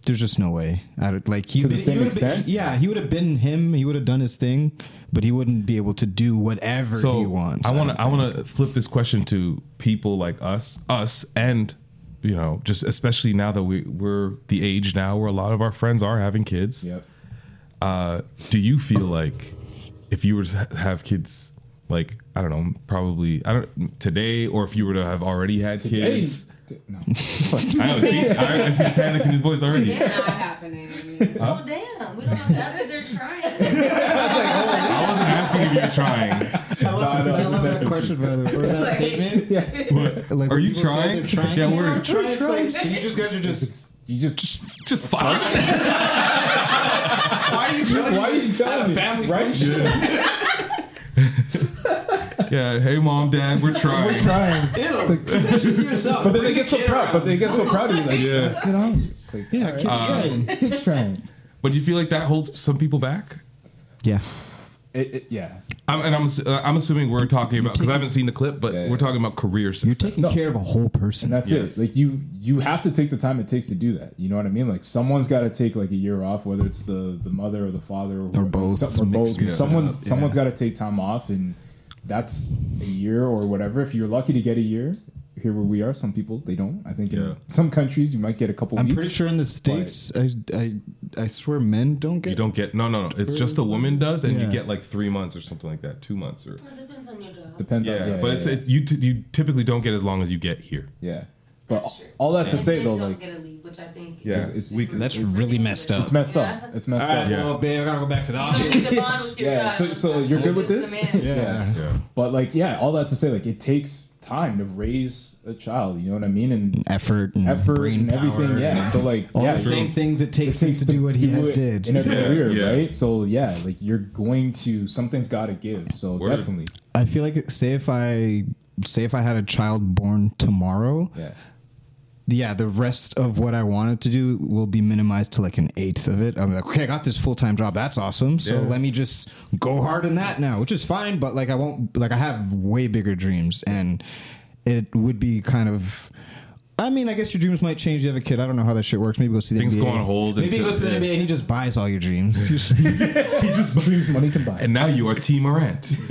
S2: there's just no way. I don't, like he,
S6: To the
S2: he
S6: same
S2: would have been-
S6: extent?
S2: yeah, he would have been him. He would have done his thing, but he wouldn't be able to do whatever
S1: So
S2: he wants.
S1: I want to I want to flip this question to people like us, us, and you know, just especially now that we we're the age now where a lot of our friends are having kids.
S6: Yep.
S1: Uh, do you feel like if you were to ha- have kids, like I don't know, probably I don't today, or if you were to have already had
S6: Today?
S1: kids?
S6: No.
S1: I don't see. I, I see panic in his voice already.
S7: not happening.
S1: Huh?
S7: Oh damn, we don't know. That's what they're trying.
S1: I wasn't asking if you were trying.
S2: I love, I love that question, by the way, or that statement.
S6: Yeah.
S1: What?
S2: Like,
S1: are
S2: when
S1: you
S2: people say
S1: trying?
S2: they're trying?
S1: Yeah,
S2: Yeah,
S1: we're
S2: we're trying. It's like, so you just guys are
S6: just you just
S1: just fuck.
S2: Why are you telling
S6: Why are you telling me? Family right?
S1: Yeah. Hey, mom, dad, we're trying.
S6: We're trying. It's like-
S2: yourself.
S6: but then they get so proud. But they get so proud of you. Like,
S1: Yeah.
S6: good on you. It's like,
S2: Yeah, keep trying.
S6: Just trying.
S1: But do you feel like that holds some people back?
S2: Yeah.
S6: It, it, yeah.
S1: I'm, and I'm ass- uh, I'm assuming we're talking about because I haven't seen the clip, but we're talking about career success. You're
S2: taking care of a whole person.
S6: That's it. Like you, you have to take the time it takes to do that. You know what I mean? Like someone's got to take like a year off, whether it's the the mother or the father or,
S2: both.
S6: Some, or
S2: Mix
S6: both.
S2: it up,
S6: Someone's
S2: yeah.
S6: someone's got to take time off, and that's a year or whatever. If you're lucky to get a year, here where we are, some people they don't. I think
S1: Yeah.
S6: in some countries you might get a couple.
S2: I'm
S6: weeks.
S2: pretty sure in the states, I, I I swear men don't get.
S1: You don't get no no no. It's just a woman does, and you
S2: Yeah.
S1: get like three months or something like that, two months or
S7: It depends on your job.
S6: Depends
S1: yeah.
S6: on yeah,
S1: but
S6: yeah,
S1: it's
S6: yeah.
S1: It, you t- you typically don't get as long as you get here.
S6: yeah. But all that to
S7: And
S6: say
S7: men
S6: though,
S7: don't
S6: like
S7: get a leave, which I think
S1: Yeah.
S7: is-
S1: It's-
S2: That's really messed up.
S6: it's messed
S7: Yeah.
S6: up. It's messed
S2: All right,
S6: up.
S2: well, babe, I gotta go back to the
S7: You don't
S2: office.
S7: need to bond with your
S6: Yeah,
S7: child.
S6: so, so you're good with
S7: Just
S6: this?
S7: the man.
S2: Yeah.
S1: Yeah.
S6: But like, yeah, all that to say, like, it takes time to raise a child. You know what I mean? And
S2: Effort and
S6: effort
S2: brain
S6: and everything.
S2: power.
S6: Yeah. So like,
S2: All
S6: yeah,
S2: the same things it takes him to do what he
S6: do
S2: has
S6: it
S2: did.
S6: in a career,
S1: yeah.
S6: right? So yeah, like you're going to something's got to give. So
S1: Word.
S6: definitely,
S2: I feel like say if I say if I had a child born tomorrow,
S6: yeah.
S2: yeah, the rest of what I wanted to do will be minimized to like an eighth of it. I'm like, okay, I got this full time job. That's awesome. So
S1: Yeah.
S2: let me just go hard in that now, which is fine. But like, I won't, like, I have way bigger dreams and it would be kind of. I mean, I guess your dreams might change. You have a kid. I don't know how that shit works. Maybe go see the
S1: Things
S2: NBA.
S1: go on hold
S2: Maybe he
S1: until-
S2: goes to the
S1: yeah.
S2: NBA and he just buys all your dreams.
S6: He just dreams money can buy.
S1: And now you are T Morant.
S2: see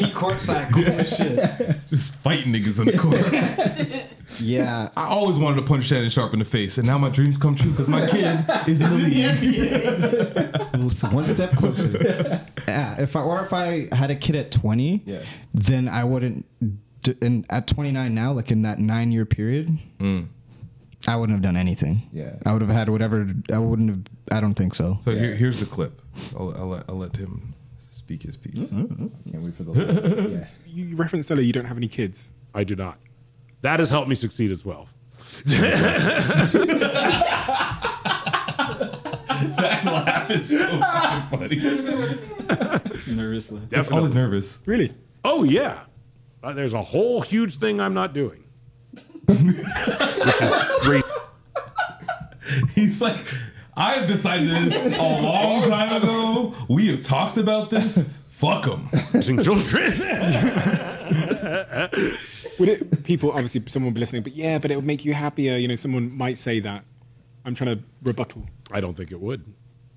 S2: me courtside, cool as shit.
S1: just fighting niggas on the court.
S2: Yeah,
S1: I always wanted to punch Shannon Sharp in the face, and now my dreams come true because my kid is in the league.
S2: Listen, one step closer. yeah, if I or if I had a kid at twenty,
S6: Yeah.
S2: then I wouldn't. d- And at twenty nine now, like in that nine year period,
S1: Hmm.
S2: I wouldn't have done anything.
S6: Yeah.
S2: I would have had whatever. I wouldn't have. I don't think so.
S1: So here, here's the clip. I'll, I'll, let, I'll let him speak his piece.
S6: Can't wait for the yeah.
S13: you referenced earlier you don't have any kids. I do not. That has helped me succeed as well.
S2: Nervously.
S1: I'm always
S13: Definitely.
S1: nervous.
S13: Really? Oh yeah. Uh, there's a whole huge thing I'm not doing.
S1: He's like, I've decided this a long time ago. We have talked about this. Fuck him.
S13: Raising children.
S14: Would it, people, obviously, someone be listening, but yeah, but it would make you happier. You know, someone might say that. I'm trying to rebuttal.
S13: I don't think it would.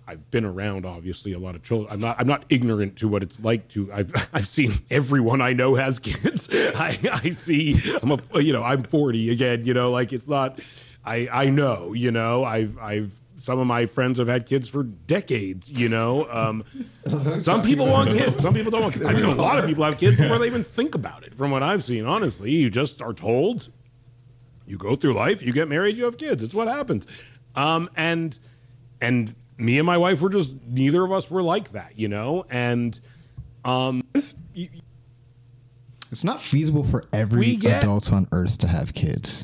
S13: I've been around obviously a lot of children. I'm not I'm not ignorant to what it's like to I've I've seen everyone I know has kids. I, I see I'm a you know I'm 40 again. You know like it's not I I know you know I've I've some of my friends have had kids for decades. You know um, some people want kids. Some people don't want kids. I mean a lot of people have kids before they even think about it. From what I've seen, honestly, you just are told you go through life, you get married, you have kids. It's what happens. Um, and and me and my wife were just neither of us were like that, you know. And um, this, you,
S2: It's not feasible for every
S13: We get-
S2: adult on earth to have kids.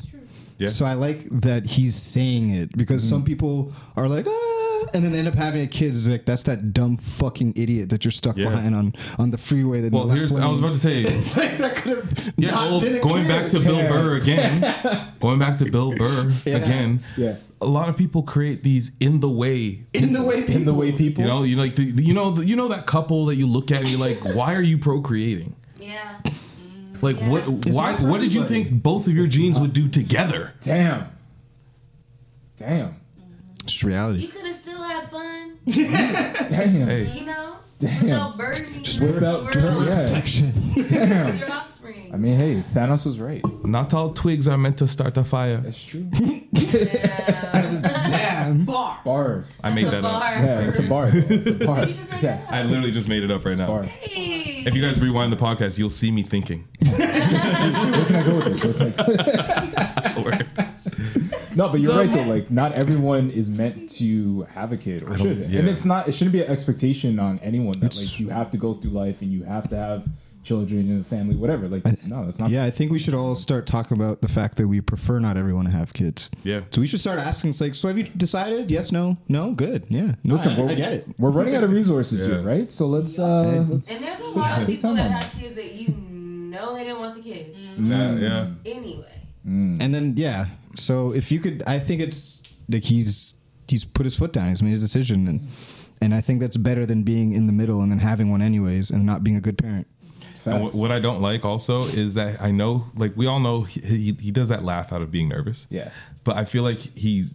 S1: Yeah. Hmm.
S2: So I like that he's saying it because some people are like, ah, and then they end up having a kid. It's like that's that dumb fucking idiot that you're stuck
S1: Yeah.
S2: behind on on the freeway. That
S1: Well,
S2: left
S1: here's I was
S2: lane.
S1: about to say.
S2: It's like that could have
S1: Yeah,
S2: not
S1: well,
S2: been a
S1: going
S2: kid.
S1: back to Bill Burr again. going back to Bill Burr
S2: Yeah.
S1: again.
S6: Yeah.
S1: A lot of people create these in the way
S2: in the way people.
S6: in the way people.
S1: You know, you like the, the- you know the, you know that couple that you look at and you're like, why are you procreating?
S7: Yeah.
S1: Like what?
S6: It's
S1: why?
S6: not for
S1: What did you
S6: everybody.
S1: think both of your genes would do together?
S6: Damn. Damn.
S2: It's reality.
S7: You could have still had fun.
S6: Damn.
S7: You know?
S6: Damn.
S7: Without burdening
S6: Just
S7: the
S6: without-
S7: world
S6: just
S7: with
S6: yeah.
S1: protection.
S6: Damn.
S7: your offspring.
S6: I mean, hey, Thanos was right.
S1: Not all twigs are meant to start a fire. That's
S6: true.
S7: Damn. Bar.
S6: Bars.
S1: I made
S7: That's a
S1: that up.
S7: bar. Yeah,
S6: it's a bar. It's a bar.
S7: Did you just make that
S1: I literally just made it up right now.
S7: Hey.
S1: If you guys rewind the podcast, you'll see me thinking.
S6: Where can I go with this? Where can I go? no, but you're right though. Like, not everyone is meant to have a kid or
S1: don't-
S6: should,
S1: yeah.
S6: and it's not. It shouldn't be an expectation on anyone that like you have to go through life and you have to have children and a family, whatever. Like, no, that's not.
S2: Yeah, I think we should all start talking about the fact that we prefer not everyone to have kids.
S1: Yeah.
S2: So we should start asking, it's like, so have you decided? Yes, no, no, good. Yeah. No,
S6: Listen,
S2: I,
S6: we're,
S2: I get it.
S6: We're running out of resources here, right? So let's. uh let's
S7: And there's a
S6: take-
S7: lot of
S6: take
S7: people
S6: time
S7: that
S6: on it.
S7: have kids that you know they didn't want the kids.
S6: Mm-hmm.
S2: Mm. Yeah, yeah.
S7: Anyway.
S2: And then yeah, so if you could, I think it's like he's he's put his foot down. He's made his decision, and and I think that's better than being in the middle and then having one anyways and not being a good parent.
S1: And what, what I don't like also is that I know, like we all know, he, he, he does that laugh out of being nervous.
S6: Yeah.
S1: But I feel like he's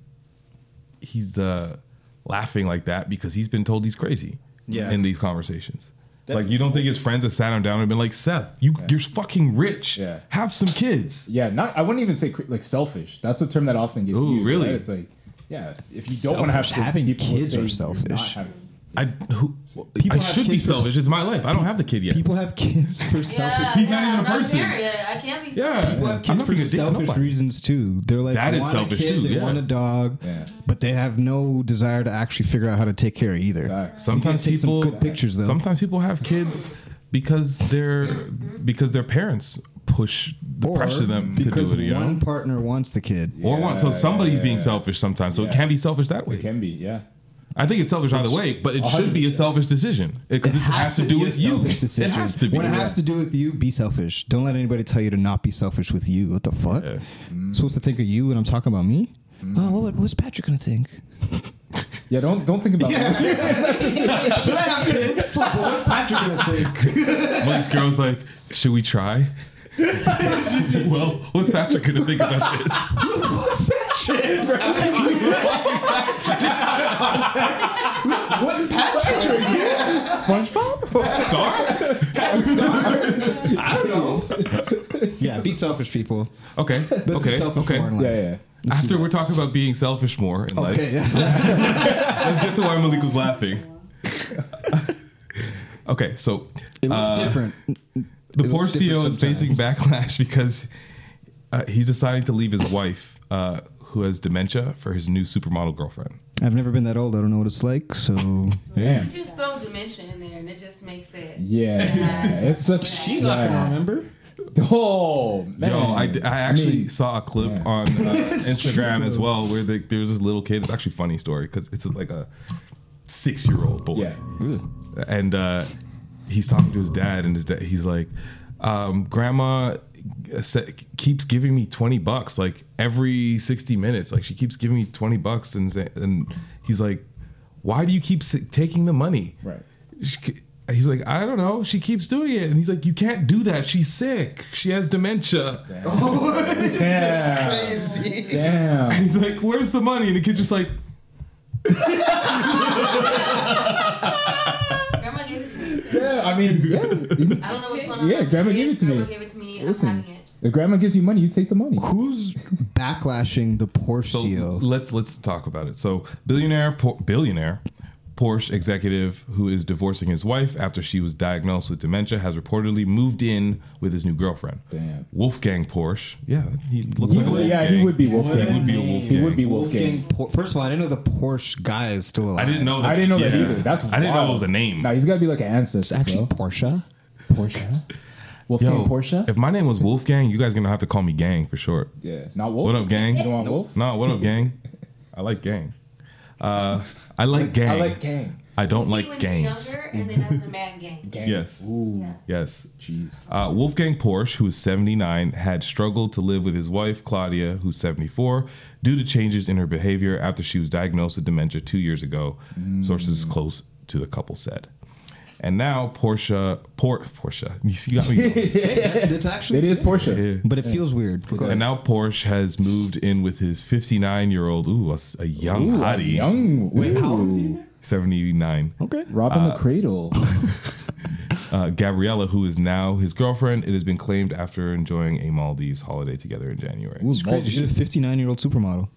S1: he's uh, laughing like that because he's been told he's crazy.
S2: Yeah.
S1: In these conversations. Like you don't think his friends have sat him down and been like, Seth, you you're fucking rich. Yeah. Have some kids.
S6: Yeah, not. I wouldn't even say cre- like selfish. That's a term that often gets
S1: Ooh,
S6: used.
S1: really?
S6: right? It's like, yeah, if you don't want to have kids,
S2: Selfish. Having
S6: people will
S2: kids
S6: say
S2: are
S6: you're not
S2: selfish.
S6: having-
S1: I who,
S2: People
S1: I
S2: have
S1: should be
S2: kids for-
S1: selfish. It's my life. I don't have the kid yet.
S2: People have kids for selfish.
S1: He's not even a
S7: I'm
S1: person.
S7: Not married. I can't be
S1: Yeah.
S7: selfish.
S2: People
S1: I'm
S2: have
S1: not
S2: kids for
S1: being a dick to
S2: selfish
S1: nobody.
S2: reasons too. They're like
S1: That
S2: they
S1: is
S2: want
S1: selfish
S2: a kid,
S1: too,
S2: They
S1: yeah.
S2: want a dog, but they have no desire to actually figure out how to take care of either.
S1: Sometimes
S2: take some
S1: people
S2: good pictures though.
S1: Sometimes people have kids because they're because their parents push the pressure them to
S2: because
S1: do it. You know?
S2: one partner wants the kid
S1: or one. So somebody's being selfish sometimes. So it can be selfish that way. It
S6: can be, yeah.
S1: I think it's selfish either
S2: It's-
S1: way, but it should be a selfish decision. It, 'cause it has, to,
S2: be
S1: do
S2: a
S1: with you.
S2: selfish
S1: It has to be.
S2: When it has to do with you, be selfish. Don't let anybody tell you to not be selfish with you. What the fuck? I'm supposed to think of you, and I'm talking about me.
S1: Mm.
S2: Oh, what, what's Patrick gonna think?
S6: Yeah, don't don't think about that.
S2: Should I have kids? Fuck, well, what's Patrick gonna think?
S1: When this girl's like, should we try? well, what's Patrick gonna think about this?
S2: what's Patrick? Just out of context. What Patrick? Yeah.
S6: SpongeBob.
S1: Star?
S2: I don't know. Yeah, be selfish, people.
S1: Okay.
S2: be
S1: okay.
S2: selfish
S1: okay.
S2: more in life. Yeah, yeah.
S1: After we're talking about being selfish more in life.
S2: Okay.
S1: Let's get to why Malik was laughing. okay, so
S2: It looks
S1: uh,
S2: different.
S1: The
S2: It
S1: poor
S2: looks different
S1: CEO is facing backlash because uh, he's deciding to leave his wife, uh, who has dementia, for his new supermodel girlfriend.
S2: I've never been that old. I don't know what it's like. So
S7: You just throw dementia in there and it just makes it.
S6: Yeah, yeah, it's just
S2: She's not gonna remember.
S6: Oh man,
S1: Yo, I, d- I actually
S6: mean,
S1: saw a clip on uh, Instagram as well where the, there was this little kid. It's actually a funny story because it's like a six year old boy. And uh, he's talking to his dad, and his dad, he's like, um, Grandma sa- keeps giving me 20 bucks like every 60 minutes. Like she keeps giving me 20 bucks, and, sa- and he's like, Why do you keep s- taking the money?
S6: right.
S1: She- he's like, I don't know. She keeps doing it. And he's like, You can't do that. She's sick. She has dementia.
S6: Damn.
S2: crazy.
S6: Damn.
S1: And he's like, Where's the money? And the kid's just like,
S7: Grandma gave it to me.
S6: Yeah, I mean, yeah.
S7: I don't know what's going on.
S6: Yeah, grandma gave it to me.
S7: Grandma gave it to me. I'm
S6: Listen,
S7: having it.
S6: if grandma gives you money, you take the money.
S2: Who's backlashing the E Porcio?
S1: let's let's talk about it. So billionaire por- billionaire Porsche executive who is divorcing his wife after she was diagnosed with dementia has reportedly moved in with his new girlfriend.
S6: Damn.
S1: Wolfgang Porsche. Yeah, he looks
S6: He
S1: like a
S6: would- yeah, he
S1: Wolfgang.
S6: would be Wolfgang.
S1: He would be a
S6: He
S1: Wolfgang.
S6: would be Wolfgang.
S2: Por- First of all, I didn't know the Porsche guy is still alive.
S1: I didn't know that.
S6: I didn't know that
S1: yeah.
S6: either. That's
S1: I didn't know
S6: wild.
S1: it was a name.
S6: Nah, he's got to be like an ancestor.
S2: actually
S6: bro.
S2: Porsche.
S6: Porsche. Wolfgang
S1: Yo,
S6: Porsche.
S1: If my name was Wolfgang, you guys gonna have to call me Gang for short.
S6: Yeah, not Wolf.
S1: What up, Gang?
S6: You don't want Wolf?
S1: No, what up, Gang? I like Gang. Uh, I like Gang.
S6: I like Gang.
S1: I don't
S7: He
S1: like
S7: when he was
S1: gangs.
S7: younger, and then as a man, gang.
S1: Yes.
S7: Yeah.
S1: Yes.
S6: Jeez.
S1: Uh, Wolfgang Porsche, who is 79, had struggled to live with his wife, Claudia, who's 74, due to changes in her behavior after she was diagnosed with dementia two years ago, sources
S6: Mm.
S1: close to the couple said. And now Porsche, Por, Porsche, you got me.
S2: it's actually
S6: It is Porsche.
S2: but it feels weird. Go ahead.
S1: and now Porsche has moved in with his 59 year old, ooh, a, s- a young
S6: Ooh, a
S1: hottie,
S6: young. Wait, how old is he?
S1: 79.
S2: Okay.
S6: Robbing the cradle.
S1: uh, Gabriella, who is now his girlfriend. It has been claimed after enjoying a Maldives holiday together in January.
S2: It's crazy. She's a 59 year old supermodel.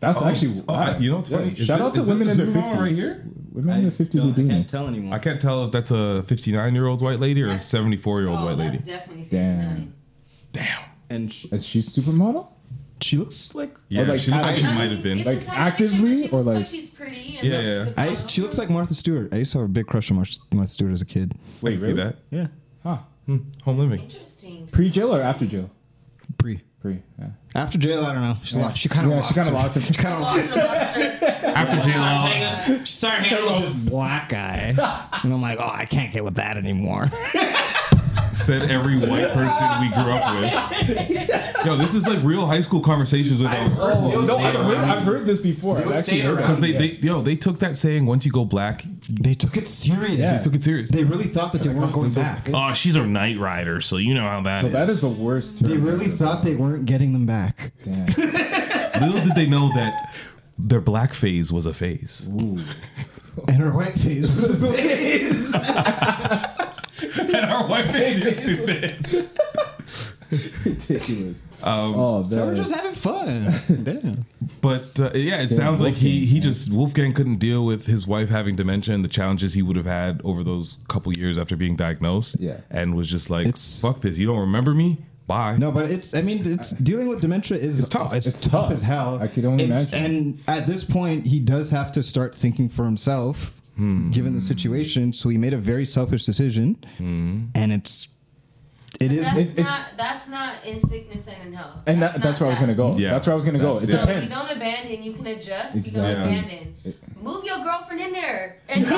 S6: That's actually.
S1: oh, I- you know what's funny? Is
S6: Shout
S1: thi-
S6: out to
S1: is this
S6: women
S1: the
S6: in their
S1: supermodel
S6: fifties.
S1: right here?
S6: Women in their fifties are doing it.
S2: tell anyone.
S1: I can't tell if that's a 59 year old white lady or a 74 year old
S7: Oh,
S1: white
S7: that's
S1: lady.
S7: definitely 59.
S6: Damn. Oh,
S2: And she,
S6: Is she supermodel?
S2: she looks like
S1: Yeah,
S6: like,
S1: she looks like she
S7: I mean,
S1: might have been.
S7: it's
S6: Like,
S7: the type of picture
S6: actively,
S7: where she
S6: or
S7: looks
S6: like-
S7: she's pretty. And
S1: Yeah,
S7: that she
S1: yeah.
S7: could
S2: I used, she looks like Martha Stewart. I used to have a big crush on Mar- Martha Stewart as a kid.
S1: Wait, see that?
S2: Yeah,
S6: Huh.
S1: Home living.
S7: Interesting.
S6: Pre jail or after jail?
S2: pre.
S6: Pre. Yeah.
S2: After jail, I don't know. She lost. She kind of
S6: Yeah,
S2: lost.
S6: she kind of lost
S2: She
S6: her.
S2: kind of lost.
S7: Lost her luster.
S1: After jail.
S2: She started hanging out with this black guy, and I'm like, oh, I can't get with that anymore.
S1: Said every white person we grew up with. Yo, this is like real high school conversations with them.
S6: Oh, no, I've heard, I've heard this before. I've actually heard that.
S1: Because they, they, yo, they took that saying, once you go black,
S2: They took it serious.
S6: Yeah.
S1: they took it serious.
S2: They really thought that they weren't going back.
S1: Oh, she's a night rider, so you know how that
S6: So
S1: is.
S6: that is the worst.
S2: They
S6: term.
S2: really thought they weren't getting them back.
S6: Damn.
S1: Little did they know that their black phase was a phase.
S2: And her white face was
S1: and our white phase is
S6: Ridiculous. oh,
S2: they
S6: that
S2: were
S6: is-
S2: just having fun. Damn.
S1: But uh, yeah, it sounds like he he just Wolfgang couldn't deal with his wife having dementia and the challenges he would have had over those couple years after being diagnosed.
S6: Yeah.
S1: and was just like,
S2: It's-
S1: "Fuck this! You don't remember me? Bye."
S2: No, but it's. I mean, it's dealing with dementia is it's
S1: tough.
S2: It's,
S6: It's
S2: tough.
S6: tough.
S2: as hell.
S6: I could only
S2: It's- And
S6: imagine.
S2: at this point, he does have to start thinking for himself,
S6: Hmm.
S2: given the situation. So he made a very selfish decision,
S6: Hmm.
S2: and it's. It is.
S7: That's,
S6: It's- it's-
S7: not, that's not in sickness and in health.
S6: and that, that's
S7: not
S6: where I was gonna
S7: that.
S6: go.
S1: Yeah.
S6: That's where I was gonna go. It
S1: That's
S7: So you
S6: depends.
S7: don't abandon, you can adjust. You
S6: Exactly.
S7: don't abandon. Move your girlfriend in there. And it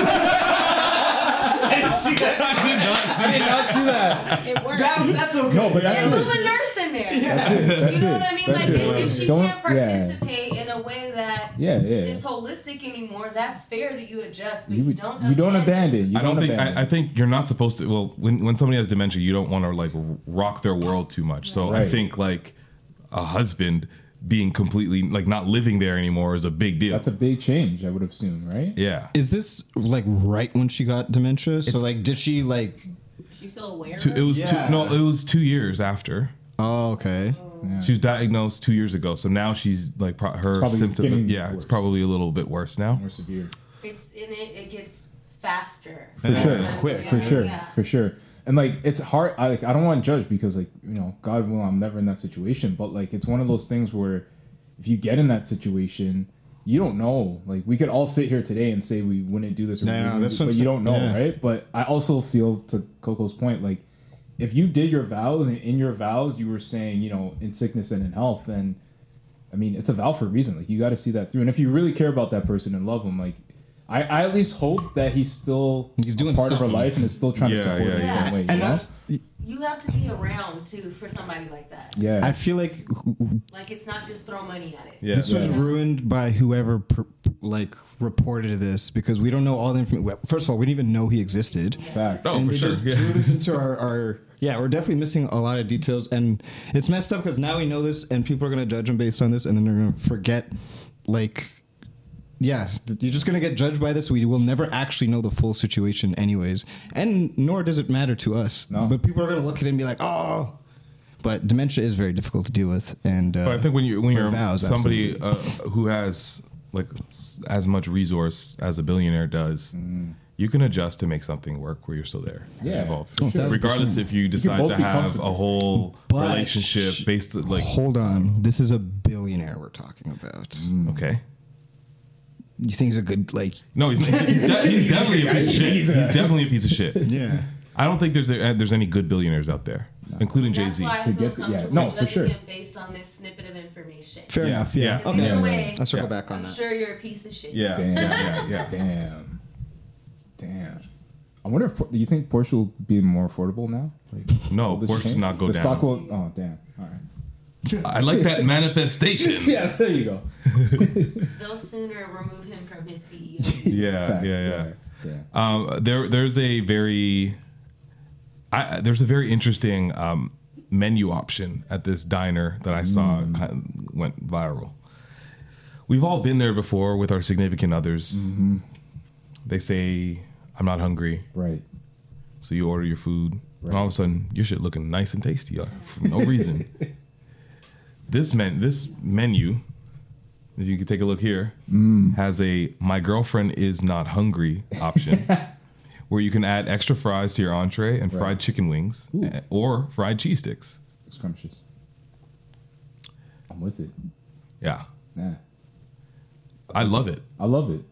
S6: I did not see that.
S7: works.
S2: that's okay.
S6: No, but that's
S7: and move
S6: it.
S7: a nurse in there.
S6: That's
S7: You know
S6: it.
S7: what I mean?
S6: That's
S7: like, if,
S6: it.
S7: if she
S6: Don't-
S7: can't
S6: yeah.
S7: participate in a way that
S6: Yeah, yeah.
S7: is holistic anymore, that's fair that you adjust, but
S6: You,
S7: you,
S6: would-
S7: don't
S6: you don't abandon. You
S1: I don't think
S6: abandon.
S1: I, I think you're not supposed to. Well, when when somebody has dementia, you don't want to like rock their world too much. So I
S6: Right.
S1: think like a husband being completely like not living there anymore is a big deal.
S6: that's a big change. I would assume, right?
S1: yeah.
S2: Is this like right when she got dementia? So like, did she like?
S12: She's still aware.
S1: Two- it was
S2: Yeah.
S1: two, no, it was two years after.
S2: Oh, okay.
S1: She was diagnosed two years ago, so now she's like pro- her
S6: probably
S1: symptoms.
S6: getting
S1: Yeah, it's
S6: worse.
S1: probably a little bit worse now.
S6: More severe.
S7: It's in it. It gets faster.
S6: for sure,
S7: quick.
S6: for sure,
S7: Yeah.
S6: for sure. And like, it's hard. I like, I don't want to judge because like, you know, God will, I'm never in that situation. But like, it's one of those things where if you get in that situation, you don't know. Like, we could all sit here today and say we wouldn't do this, or
S2: No,
S6: we
S2: no,
S6: wouldn't
S2: that's
S6: do-
S2: what
S6: but
S2: I'm
S6: you
S2: sa-
S6: don't know,
S2: yeah.
S6: right? But I also feel to Coco's point, like, if you did your vows and in your vows you were saying, you know, in sickness and in health, then I mean, it's a vow for a reason. Like you got to see that through. And if you really care about that person and love him, like I, I at least hope that he's still
S2: He's doing
S6: a part of her
S2: something.
S6: life and is still trying to
S1: Yeah,
S6: support her in
S1: yeah,
S6: some way. You
S2: And
S6: know?
S2: that's.
S7: You have to be around too for somebody like that.
S6: Yeah,
S2: I feel like
S7: Like it's not just throw money at it.
S1: Yeah.
S2: This was ruined by whoever pr- like reported this because we don't know all the information. First of all, we didn't even know he existed.
S6: fact.
S1: Oh,
S2: and
S1: for
S2: they
S1: sure.
S2: just
S1: Yeah.
S2: threw this into our, our yeah. We're definitely missing a lot of details, and it's messed up because now we know this, and people are gonna judge him based on this, and then they're gonna forget like yeah, th- you're just gonna get judged by this. We will never actually know the full situation, anyways, and nor does it matter to us. But people are gonna look at it and be like, oh. But dementia is very difficult to deal with, and uh,
S1: but I think when you when
S2: or
S1: you're
S2: vows,
S1: somebody
S2: absolutely.
S1: uh, who has like s- as much resource as a billionaire does, you can adjust to make something work where you're still there.
S2: Yeah.
S1: Involved.
S2: Oh, thousand
S1: regardless
S2: percent.
S1: if you
S2: You can
S1: decide
S2: both
S1: to
S2: be
S1: have a
S2: comfortable.
S1: whole
S2: But-
S1: relationship based like
S2: hold on, this is a billionaire we're talking about.
S1: okay.
S2: You think he's a good like?
S1: No, he's, he's, de- he's definitely a piece of shit. He's definitely a piece of shit.
S2: Yeah.
S1: I don't think there's a, uh, there's any good billionaires out there, including Jay Z.
S7: Why I feel comfortable judging him based on this snippet of information.
S1: Fair Yeah. enough, yeah.
S7: Because
S1: Okay.
S7: either
S1: Yeah.
S7: way,
S1: I'll circle back on
S7: I'm
S1: that.
S7: sure you're a piece of shit.
S1: Yeah.
S6: Damn. Yeah. Yeah. Damn. Damn. I wonder if Por- do you think Porsche will be more affordable now? Like,
S1: No,
S6: will this
S1: Porsche
S6: change?
S1: not go
S6: the
S1: down.
S6: stock won't. Oh damn! All right.
S1: I like that manifestation.
S6: yeah, there you go.
S7: They'll sooner remove him from his E CEO.
S1: yeah, yeah, yeah. Um, there, there's a very, I, there's a very interesting um, menu option at this diner that I saw kind of went viral. We've all been there before with our significant others. They say, "I'm not hungry."
S6: Right.
S1: So you order your food, and all of a sudden, your shit looking nice and tasty uh, for no reason. this men, this menu, if you can take a look here,
S6: Mm.
S1: has a "My girlfriend is not hungry" option, where you can add extra fries to your entree and fried chicken wings eh, or fried cheese sticks.
S6: Scrumptious. I'm with it.
S1: Yeah,
S6: Yeah.
S1: I love it.
S6: I love it.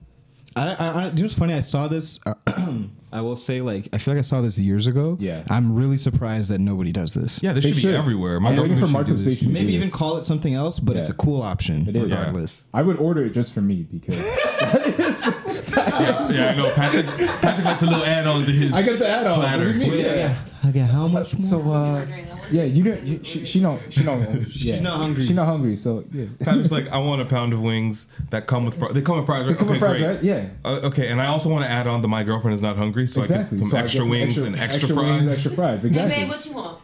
S2: I, I, I, do you know what's funny? I saw this. uh, I will say, like, I feel like I saw this years ago. Yeah. I'm really surprised that nobody does this.
S1: Yeah, this They should be should. everywhere. My
S2: I'm
S1: government
S2: waiting for
S1: should
S2: Marco
S1: do this.
S2: Station. to
S1: Maybe
S2: do
S1: even
S2: this. call it something else, but it's a cool option
S6: It is.
S2: regardless.
S6: I would order it just for me because
S1: yeah, yeah, I know. Patrick, Patrick wants a little add-on to his.
S6: I got the add-on. What do
S1: platter.
S6: you mean? Yeah.
S2: Okay, how much more?
S6: So, uh, yeah, you don't. You, she, she don't. She don't. Yeah.
S1: She's not hungry.
S6: She not hungry. So yeah.
S1: Patrick's like, I want a pound of wings that come with fries. They come with fries, right?
S6: They come with fries,
S1: great.
S6: right? Yeah.
S1: Uh, okay, and I also want to add on the my girlfriend is not hungry, so I
S6: Exactly.
S1: get some
S6: So I
S1: extra
S6: get some
S1: wings
S6: extra-
S1: and extra,
S6: extra
S1: fries.
S6: wings, extra fries, exactly.
S7: Hey, babe, what you want?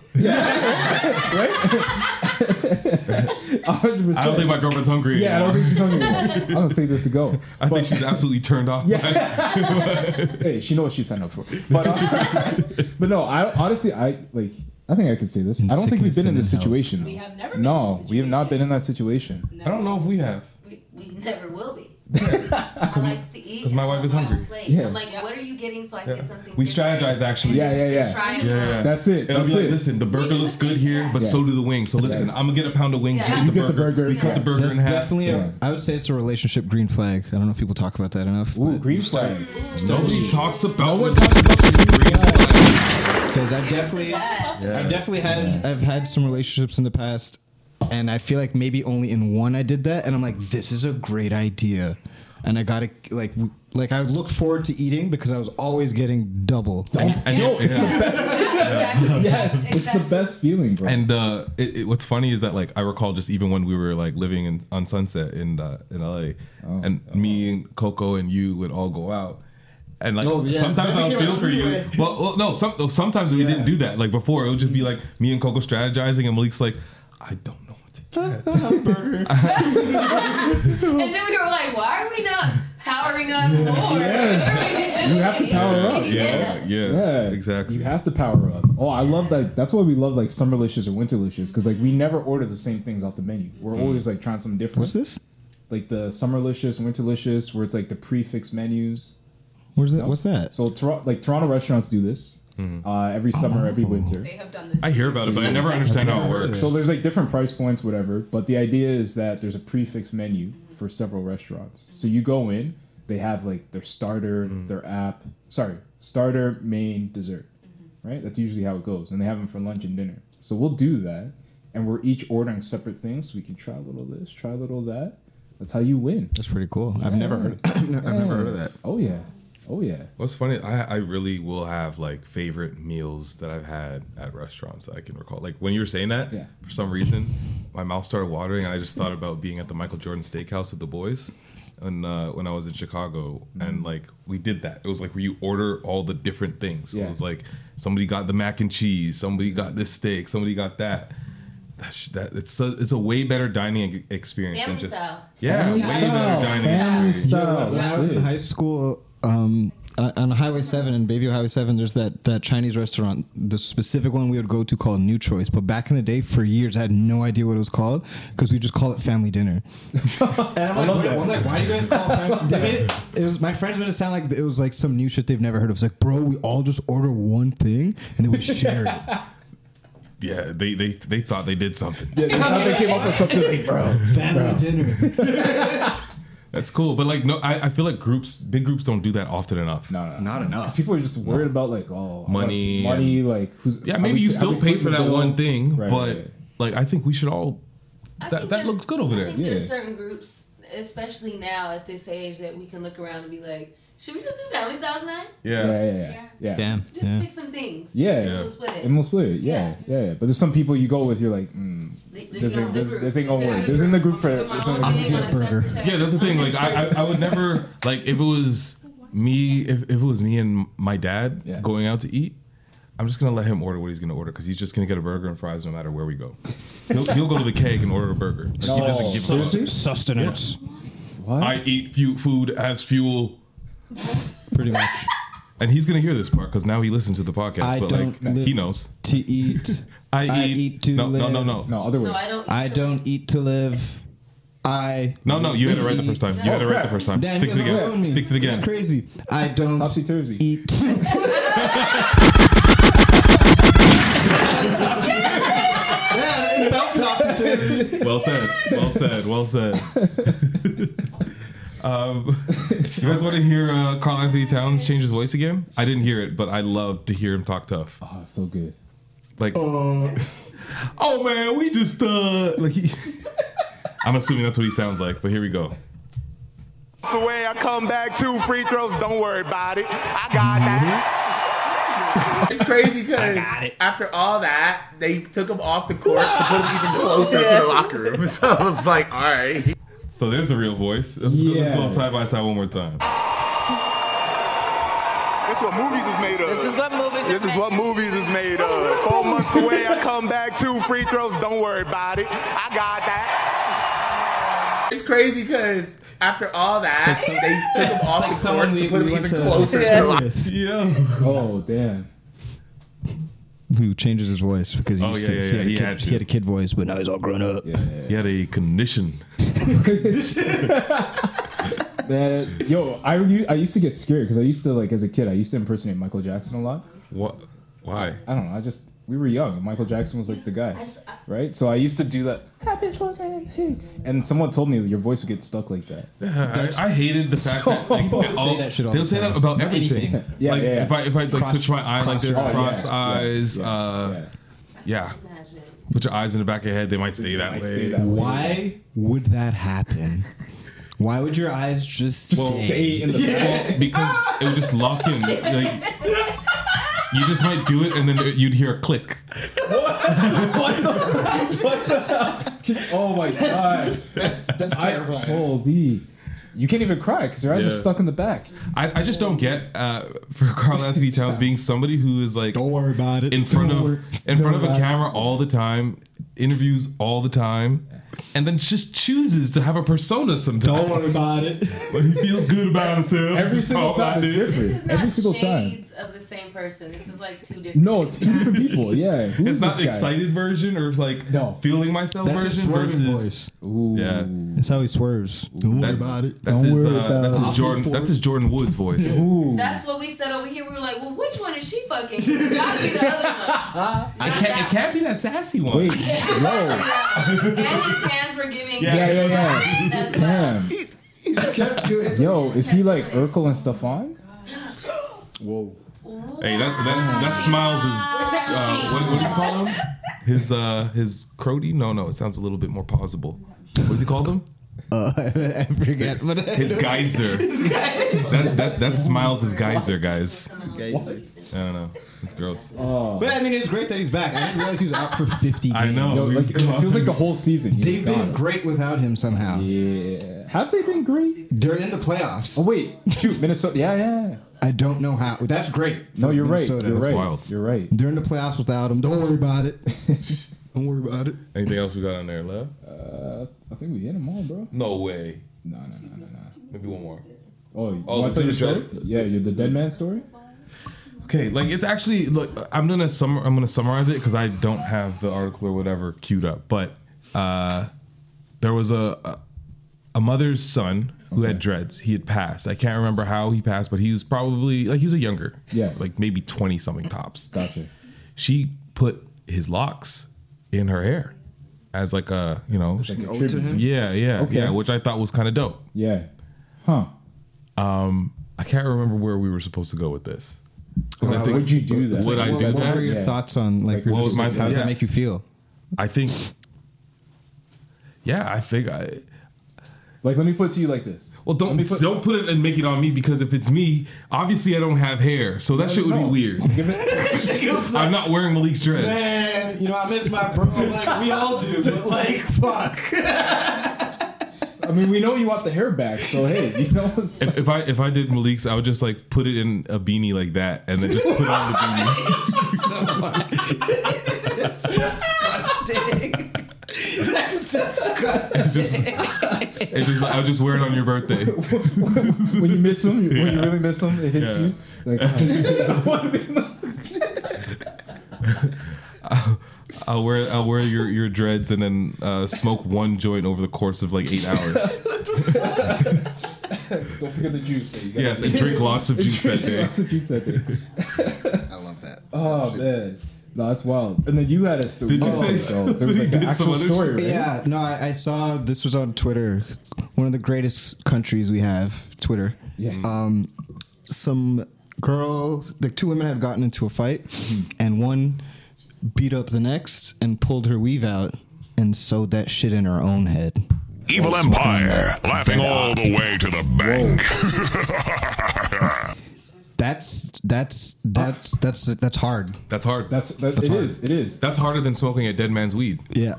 S1: I don't think my girlfriend's hungry.
S6: Yeah, I don't
S1: anymore.
S6: think she's hungry. anymore. I'm gonna take this to go.
S1: I think she's absolutely turned off.
S6: hey, she knows what she signed up for. But uh, but no, I honestly I like I think I can say this. I don't think we've been in this situation.
S7: We have never been
S6: No, we have not been in that situation.
S1: I don't know if we have.
S7: We, we never will be. I likes to eat.
S1: 'Cause my wife is hungry.
S7: Plate.
S1: Yeah.
S7: I'm like, what are you getting so I can
S1: Yeah.
S7: get something?
S1: We strategize actually.
S7: Yeah, yeah, yeah. Try it out.
S6: That's it,
S1: It'll be
S6: that's
S1: like,
S6: it.
S1: Listen, the burger looks good here, but
S2: Yeah.
S1: so do the wings. So listen,
S2: Yes.
S1: I'm gonna get a pound of wings.
S7: Yeah.
S1: You,
S7: You
S1: get the burger. You cut the burger
S2: That's
S1: in half.
S2: definitely. A, I would say it's a relationship green flag. I don't know if people talk about that enough. Ooh,
S6: green flags.
S1: Nobody talks about.
S2: Because I've definitely,
S1: Yeah.
S2: I've definitely had, I've had some relationships in the past, and I feel like maybe only in one I did that, and I'm like, this is a great idea, and I got to like, w- like I looked forward to eating because I was always getting double.
S6: Yo, it's the best. Yes, it's the best feeling, bro.
S1: And uh, it, it, what's funny is that like I recall just even when we were like living in, on Sunset in uh, in LA, and me and Coco and you would all go out. And like
S2: Oh, yeah.
S1: sometimes
S2: I
S1: I'll
S2: think
S1: feel
S2: it
S1: for you.
S2: was-
S1: Well, well, no, some, sometimes we didn't do that. Like before, it would just be like me and Coco strategizing, and Malik's like, I don't know.
S7: and then we were like, why are we not powering up more?
S6: You have to power up.
S7: Yeah.
S1: yeah, exactly.
S6: You have to power up. Oh, I love that. That's why we love like summerlicious or winterlicious because like we never order the same things off the menu. We're
S1: Mm.
S6: always like trying something different. What's
S2: this?
S6: Like the summerlicious, winterlicious, where it's like the prefix menus.
S2: Where's that? What's that?
S6: So Tor- like Toronto restaurants do this
S2: Hmm.
S6: uh, every summer, every winter.
S7: They have done this.
S1: I hear about it, but I never understand how it works.
S6: So there's like different price points, whatever. But the idea is that there's a prefix menu for several restaurants. So you go in, they have like their starter,
S2: Hmm.
S6: their app, sorry, starter, main, dessert, right? That's usually how it goes, and they have them for lunch and dinner. So we'll do that, and we're each ordering separate things. we can try a little of this, try a little of that. That's how you win.
S2: That's pretty cool. I've never heard. I've never heard of that.
S6: Oh yeah, oh yeah.
S1: What's funny, I, I really will have like favorite meals that I've had at restaurants that I can recall. Like when you were saying that,
S6: Yeah.
S1: for some reason, my mouth started watering, and I just thought about being at the Michael Jordan Steakhouse with the boys, and uh, when I was in Chicago,
S7: Mm-hmm.
S1: and like we did that. It was like where you order all the different things. So It
S6: Yeah.
S1: was like somebody got the mac and cheese, somebody got this steak, somebody got that. that, sh- that it's a, it's a way better dining e- experience
S7: Family
S1: than just
S7: style.
S1: yeah,
S7: Family
S1: way
S7: style.
S1: better dining
S7: Family
S1: experience.
S7: style.
S2: When I was in high school, um, uh, on Highway Seven and Baby Highway Seven, there's that that Chinese restaurant, the specific one we would go to called New Choice. But back in the day, for years, I had no idea what it was called because we just call it family dinner. and I'm like, "Wait, I'm like, why do you guys call family? They made it, it was my friends made it sound like it was like some new shit they've never heard of. It's like, bro, we all just order one thing and then we share it.
S1: Yeah, they, they they thought they did something.
S6: Yeah, they thought they came up with something like, bro,
S2: family dinner.
S1: That's cool, but like no, I, I feel like groups, big groups, don't do that often enough.
S6: No, no,
S2: not
S6: 'Cause People are just worried about like oh
S1: Money,
S6: money,
S1: and-
S6: like who's
S1: yeah.
S6: how
S1: Maybe
S6: we-
S1: you
S6: how
S1: still
S6: we
S1: pay
S6: split
S1: for
S6: the
S1: that
S6: bill.
S1: one thing,
S6: Right,
S1: but
S6: right.
S1: like I think we should all. That, that looks good over
S7: I
S1: there.
S7: think there's certain groups, especially now at this age, that we can look around and be like, should we just do that? We thousand nine?
S1: Yeah.
S6: Yeah, yeah, yeah. yeah.
S2: Damn.
S7: Just pick some things.
S6: Yeah,
S7: And we'll split it.
S6: And we'll split it. Yeah, yeah, yeah. But there's some people you go with, you're like, mm,
S7: Th- this
S6: this,
S7: is
S6: ain't,
S7: the
S6: this,
S7: group.
S6: this ain't gonna
S7: This is
S6: work.
S7: the
S6: This ain't the
S7: group.
S6: group for us.
S7: Come
S6: This
S7: on,
S6: ain't the
S7: I'm
S6: group
S7: gonna
S6: for us.
S7: burger.
S1: Yeah, that's the thing. Like I, I, I would never like if it was me if, if it was me and my dad going out to eat, I'm just gonna let him order what he's gonna order because he's just gonna get a burger and fries no matter where we go. He'll, he'll go to the keg and order a burger. Like, he doesn't
S2: No.
S1: give a
S2: Sus-
S1: fuck.
S2: sustenance.
S6: What?
S1: I eat fu- food as fuel.
S2: Pretty much.
S1: And he's gonna hear this part because now he listens to the podcast.
S2: I
S1: but
S2: don't
S1: like
S2: live
S1: he knows.
S2: to eat.
S1: I
S2: I
S1: eat-
S2: eat to
S1: no, no,
S2: live.
S1: no, no. No,
S6: other
S7: No, I don't.
S2: I don't e- eat to live. I
S1: No, no, you had it right the first time. You had it right the first time. Fix it again. Fix it again.
S2: It's crazy. I don't eat. yeah, it felt topsy-turvy.
S1: well said. Well said. Well said. um, you guys want to hear uh, Carl Anthony Towns change his voice again? I didn't hear it, but I love to hear him talk tough.
S6: Oh, so good.
S1: Like, oh man, we just uh, like he. I'm assuming that's what he sounds like, but here we go.
S15: It's the way I come back. Two free throws. Don't worry about it. I got that.
S16: It's crazy because after all that, they took him off the court to put him even closer to the locker room. So I was like, all right.
S1: So there's the real voice. Let's, go, let's go side by side one more time.
S15: That's what movies is made of.
S17: This is what movies is
S15: This is
S17: made-
S15: what movies is made of. Four months away. I come back. Two free throws. Don't worry about it. I got that.
S16: It's crazy because after all that,
S15: It's like some-
S16: they took
S15: it's
S16: him off
S15: like
S16: the
S15: someone
S16: court
S15: we-
S16: to put him
S15: we
S16: even
S15: went to-
S16: closer to the locker room.
S1: Yeah.
S6: Oh damn.
S2: Who changes his voice because he,
S1: Oh,
S2: used to,
S1: yeah,
S2: he,
S1: yeah,
S2: had a
S1: yeah, he
S2: kid,
S1: had
S2: he
S1: to.
S2: had a kid voice, but now he's all grown up.
S1: He had a condition.
S6: That yo, I u- I used to get scared because I used to like as a kid I used to impersonate Michael Jackson a lot.
S1: What? Why?
S6: I don't know. I just we were young. and Michael Jackson was like the guy,
S12: s-
S6: right? So I used to do that. That bitch was my thing. And someone told me that your voice would get stuck like that.
S1: Yeah, I, I hated the fact that like,
S6: They say that shit all
S1: they'll
S6: the
S1: say
S6: time.
S1: that about
S6: Anything.
S1: everything.
S6: Yeah,
S1: like,
S6: yeah, yeah.
S1: If I if I like,
S6: Cross-
S1: twitch my eye like
S6: cross
S1: this,
S6: your eyes.
S1: cross
S6: Yeah,
S1: eyes, uh, yeah. Put your eyes in the back of your head. They might stay that way.
S2: Why would that happen? Why would your eyes just
S1: Well, well, because it would just lock in. Like, you just might do it, and then you'd hear a click.
S6: Oh my god,
S2: That's- that's- that's terrifying.
S6: Holy, you can't even cry because your eyes are
S1: Yeah.
S6: stuck in the back.
S1: I, I just don't get uh, for Carl Anthony Towns being somebody who is like don't
S2: worry about it
S1: in front
S2: Don't
S1: of
S2: worry-
S1: in
S2: don't
S1: front of a
S2: worry about it.
S1: camera all the time, interviews all the time, and then just chooses to have a persona sometimes. Don't
S2: worry about it.
S1: Like he feels good about himself.
S6: Every
S1: That's
S6: single
S1: all
S6: time
S1: I
S6: it's
S1: did.
S6: different.
S7: This is
S6: Every
S7: not
S6: single time.
S7: shades of the same person. This is like two different.
S6: No, it's two different people. Yeah, Who
S1: it's
S6: is
S1: not
S6: this guy?
S1: excited version or like no feeling myself
S2: That's his
S1: version
S2: swerving
S1: versus
S2: voice.
S1: yeah.
S2: That's how he swerves. Don't worry
S1: That-
S2: about it.
S1: That's
S2: Don't
S1: his.
S2: worry
S1: Uh,
S2: about
S1: that's
S2: it.
S1: his Jordan. That's his Jordan Woods voice.
S7: That's what we said over here. We were like, well, which one is she fucking? It's gotta be the other one.
S1: I can't. It can't be that sassy one.
S6: Wait,
S7: And his hands were giving.
S6: Yeah, yeah,
S7: his
S6: yeah.
S7: eyes as well.
S6: Damn. Yo, is he like Urkel and Stefan?
S2: Whoa.
S1: Hey, that that's, that smiles is uh, what, what do you call him? His uh his crody? No, no, it sounds a little bit more plausible. What does he call them?
S2: Uh, I forget. But
S1: His geyser. That's that that smiles is geyser, guys. I don't know. It's gross.
S6: Oh.
S2: But I mean, it's great that he's back. I didn't realize he was out for 50 games.
S1: I know.
S6: Yo, it's like- it feels like the whole season. he
S2: They've
S6: was
S2: been
S6: gone.
S2: great without him somehow.
S6: Yeah. Have they been great?
S2: They're in the playoffs.
S6: Oh wait, shoot, Minnesota. Yeah, yeah.
S2: I don't know how. That's great.
S6: No,
S2: for
S6: you're right.
S2: Minnesota.
S6: You're right. You're right.
S2: They're in the playoffs without him. Don't worry about it. Don't worry about it.
S1: Anything else we got on there left?
S6: Uh, I think we hit them all, bro.
S1: No way.
S6: No, no, no, no, no.
S1: Maybe one more.
S6: Oh, you
S1: Oh,
S6: want to tell your
S1: the
S6: story?
S1: joke?
S6: Yeah, you're the dead man story.
S1: Okay, like it's actually look. I'm gonna sum. I'm gonna summarize it because I don't have the article or whatever queued up. But uh, there was a a- a mother's son who had dreads. He had passed. I can't remember how he passed, but he was probably like he was a younger.
S6: Yeah.
S1: like maybe twenty something tops.
S6: Gotcha.
S1: She put his locks in her hair as like a you know
S6: like an ode to him?
S1: Yeah, yeah,
S6: Okay.
S1: yeah. Which I thought was kind of dope.
S6: Yeah. Huh.
S1: Um, I can't remember where we were supposed to go with this.
S2: Wow,
S1: I
S2: would you do that?
S1: Would I
S2: What-
S1: do
S2: what
S1: that?
S2: were your Yeah. thoughts on, like, you're
S1: what
S2: just
S1: was my
S2: like, how does that make you feel?
S1: I think. Yeah, I think I.
S6: Like, let me put it to you like this.
S1: Well,
S6: Let
S1: don't
S6: me put-
S1: Um, don't put it and make it on me because if it's me, obviously I don't have hair, so that
S6: No,
S1: shit would
S6: no.
S1: be weird. I'm not wearing Malik's dreads.
S2: Man, you know, I miss my bro. Like, we all do, but like, fuck.
S6: I mean, we know you want the hair back, so hey, you know. It's
S1: If, if I if I did Malik's, I would just like put it in a beanie like that, and then just put on the beanie.
S3: That's disgusting. That's disgusting.
S1: It's just I would just wear it on your birthday.
S6: when you miss them, when you really miss them, it hits
S1: Yeah.
S6: you. Like, oh.
S1: I'll, I'll wear I'll wear your your dreads and then uh, smoke one joint over the course of like eight hours.
S6: don't forget the juice. But you gotta-
S1: Yes, and drink lots of
S6: And
S1: juice that
S6: drink
S1: day.
S6: Lots of juice that day.
S2: I love that.
S6: Oh man, no, that's wild. And then you had a story.
S2: Did you
S6: Oh,
S2: say-
S6: so there was like an
S2: did
S6: actual story? Right?
S2: Yeah, no, I, I saw this was on Twitter. One of the greatest countries we have, Twitter.
S6: Yes.
S2: Um, some girls, like two women, had gotten into a fight, and one beat up the next and pulled her weave out and sewed that shit in her own head.
S5: Evil Empire, laughing all the way to the bank.
S2: That's that's that's that's that's hard.
S1: That's hard.
S6: That's that,
S2: That's
S6: it
S2: hard.
S6: is, It is.
S1: That's harder than smoking a dead man's weed.
S2: Yeah.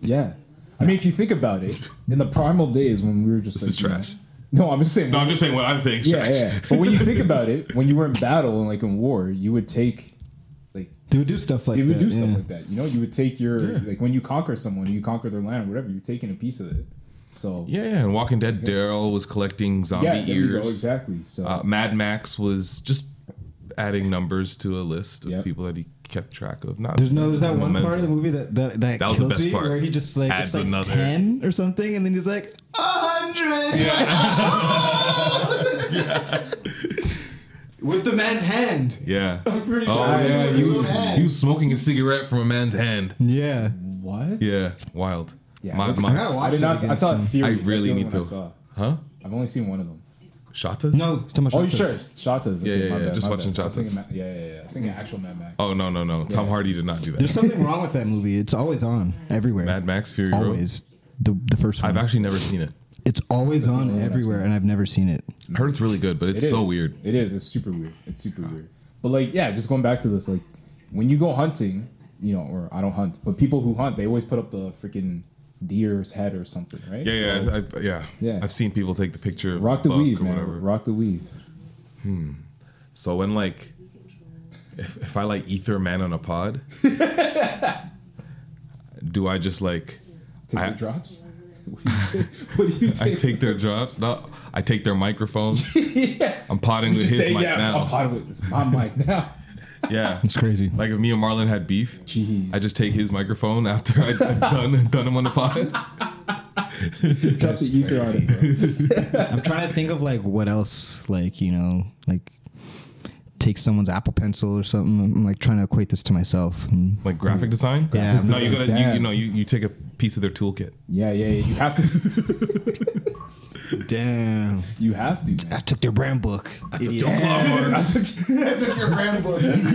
S6: Yeah. I mean, if you think about it, in the primal days when we were just
S1: This
S6: like,
S1: is
S6: you know-
S1: trash.
S6: no, I'm just saying.
S1: No, I'm just saying what I'm saying. is
S6: yeah,
S1: trash.
S6: yeah. But when you think about it, when you were in battle and like in war, you would take like
S2: they would do stuff like
S6: you would
S2: that,
S6: do stuff
S2: yeah.
S6: like that. You know, you would take your
S1: Yeah.
S6: like when you conquer someone, you conquer their land, whatever. You're taking a piece of it. So
S1: Yeah, yeah. And Walking Dead, Daryl was collecting zombie
S6: Yeah, there
S1: ears.
S6: you go, exactly, so-
S1: uh, Mad Max was just adding numbers to a list of people that he kept track of. Not
S2: There's no, there's that one
S1: momentum.
S2: part of the movie that that that,
S1: That was the
S2: kills
S1: best
S2: me,
S1: part.
S2: where he just like
S1: Adds
S2: it's like
S1: another-
S2: ten or something, and then he's like a hundred. With the man's hand.
S1: Yeah.
S2: I'm pretty
S1: oh,
S2: sure it
S1: yeah.
S2: was
S1: He
S2: his
S1: was,
S2: hand.
S1: he was smoking a cigarette from a man's hand.
S2: Yeah.
S6: What?
S1: Yeah. Wild.
S6: Yeah,
S1: Mad
S6: I- I
S1: Max.
S6: gotta watch I did that not- again I saw soon. Fury.
S1: I
S6: That's the
S1: really
S6: only
S1: need
S6: one
S1: to.
S6: I saw.
S1: Huh?
S6: I've only seen one of them.
S1: Shatas?
S2: No, it's too much
S6: Oh, you
S1: Shatas.
S6: sure? Shatas.
S1: Yeah, yeah,
S6: my
S1: yeah,
S6: bad,
S1: just
S6: my
S1: watching
S6: bad. I was thinking
S1: Shatas.
S6: Ma- Yeah, yeah, yeah. I was thinking actual Mad Max.
S1: Oh no no no! Tom Hardy did not do that.
S2: There's something wrong with that movie. It's always on everywhere.
S1: Mad Max Fury Road.
S2: Always. The, the first one.
S1: I've actually never seen it.
S2: It's always
S1: That's the
S2: on
S1: only one I've
S2: everywhere, and I've never seen it.
S1: I heard it's really good, but it's
S6: It is.
S1: so weird.
S6: It is. It's super weird. It's super weird. But like, yeah, just going back to this, like, when you go hunting, you know, or I don't hunt, but people who hunt, they always put up the freaking deer's head or something, right?
S1: Yeah, yeah,
S6: So,
S1: I, yeah,
S6: Yeah.
S1: I've seen people take the picture. Of
S6: rock the
S1: buck
S6: weave,
S1: or
S6: man.
S1: whatever.
S6: Rock the weave.
S1: Hmm. So when like, if, if I like ether man on a pod, do I just like
S6: Take
S1: I-
S6: your drops. what do you
S1: I
S6: take?
S1: take their drops. No, I take their microphones. I'm potting with
S6: Just
S1: his
S6: take-
S1: mic
S6: yeah,
S1: now.
S6: I'm potting with this. My mic now.
S1: yeah,
S2: it's crazy.
S1: Like if me and Marlon had beef, I just take his microphone after I, I've done done him on the pod.
S6: Cut the ether out of it.
S2: I'm trying to think of like what else, like you know, like take someone's Apple Pencil or something. I'm like trying to equate this to myself.
S1: Like graphic design.
S2: Yeah.
S1: no, you
S2: Graphic
S1: gotta you,
S2: design.
S1: you know you, you take a piece of their toolkit.
S6: Yeah, yeah, yeah. You have to.
S2: Damn.
S6: You have to. Man.
S2: I took their brand book. I
S1: took your flowers.
S2: took your brand book. and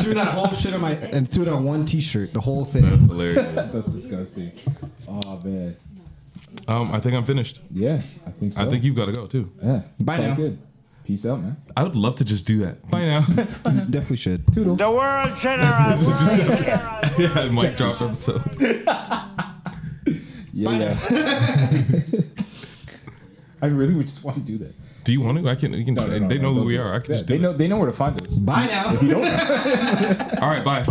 S2: threw that whole shit on my and threw it on one T-shirt. The whole thing.
S1: That's hilarious.
S6: That's disgusting. Oh man.
S1: Um, I think I'm finished.
S6: Yeah, I think so.
S1: I think you've got to go too.
S6: Yeah.
S2: Bye
S6: It's all
S2: now.
S6: Good. Peace out, man.
S1: I would love to just do that. Bye now.
S2: Definitely should.
S4: The world generous.
S1: yeah, mic drop episode.
S6: Yeah, yeah. I really would just want to do that.
S1: Do you want to? I can. You can.
S6: No, no, no,
S1: they
S6: no,
S1: know
S6: don't
S1: who we
S6: do it.
S1: are. I can
S6: Yeah,
S1: just
S6: they
S1: do
S6: know. They know where to find us.
S2: Bye now.
S6: If you don't,
S1: it. All right. Bye.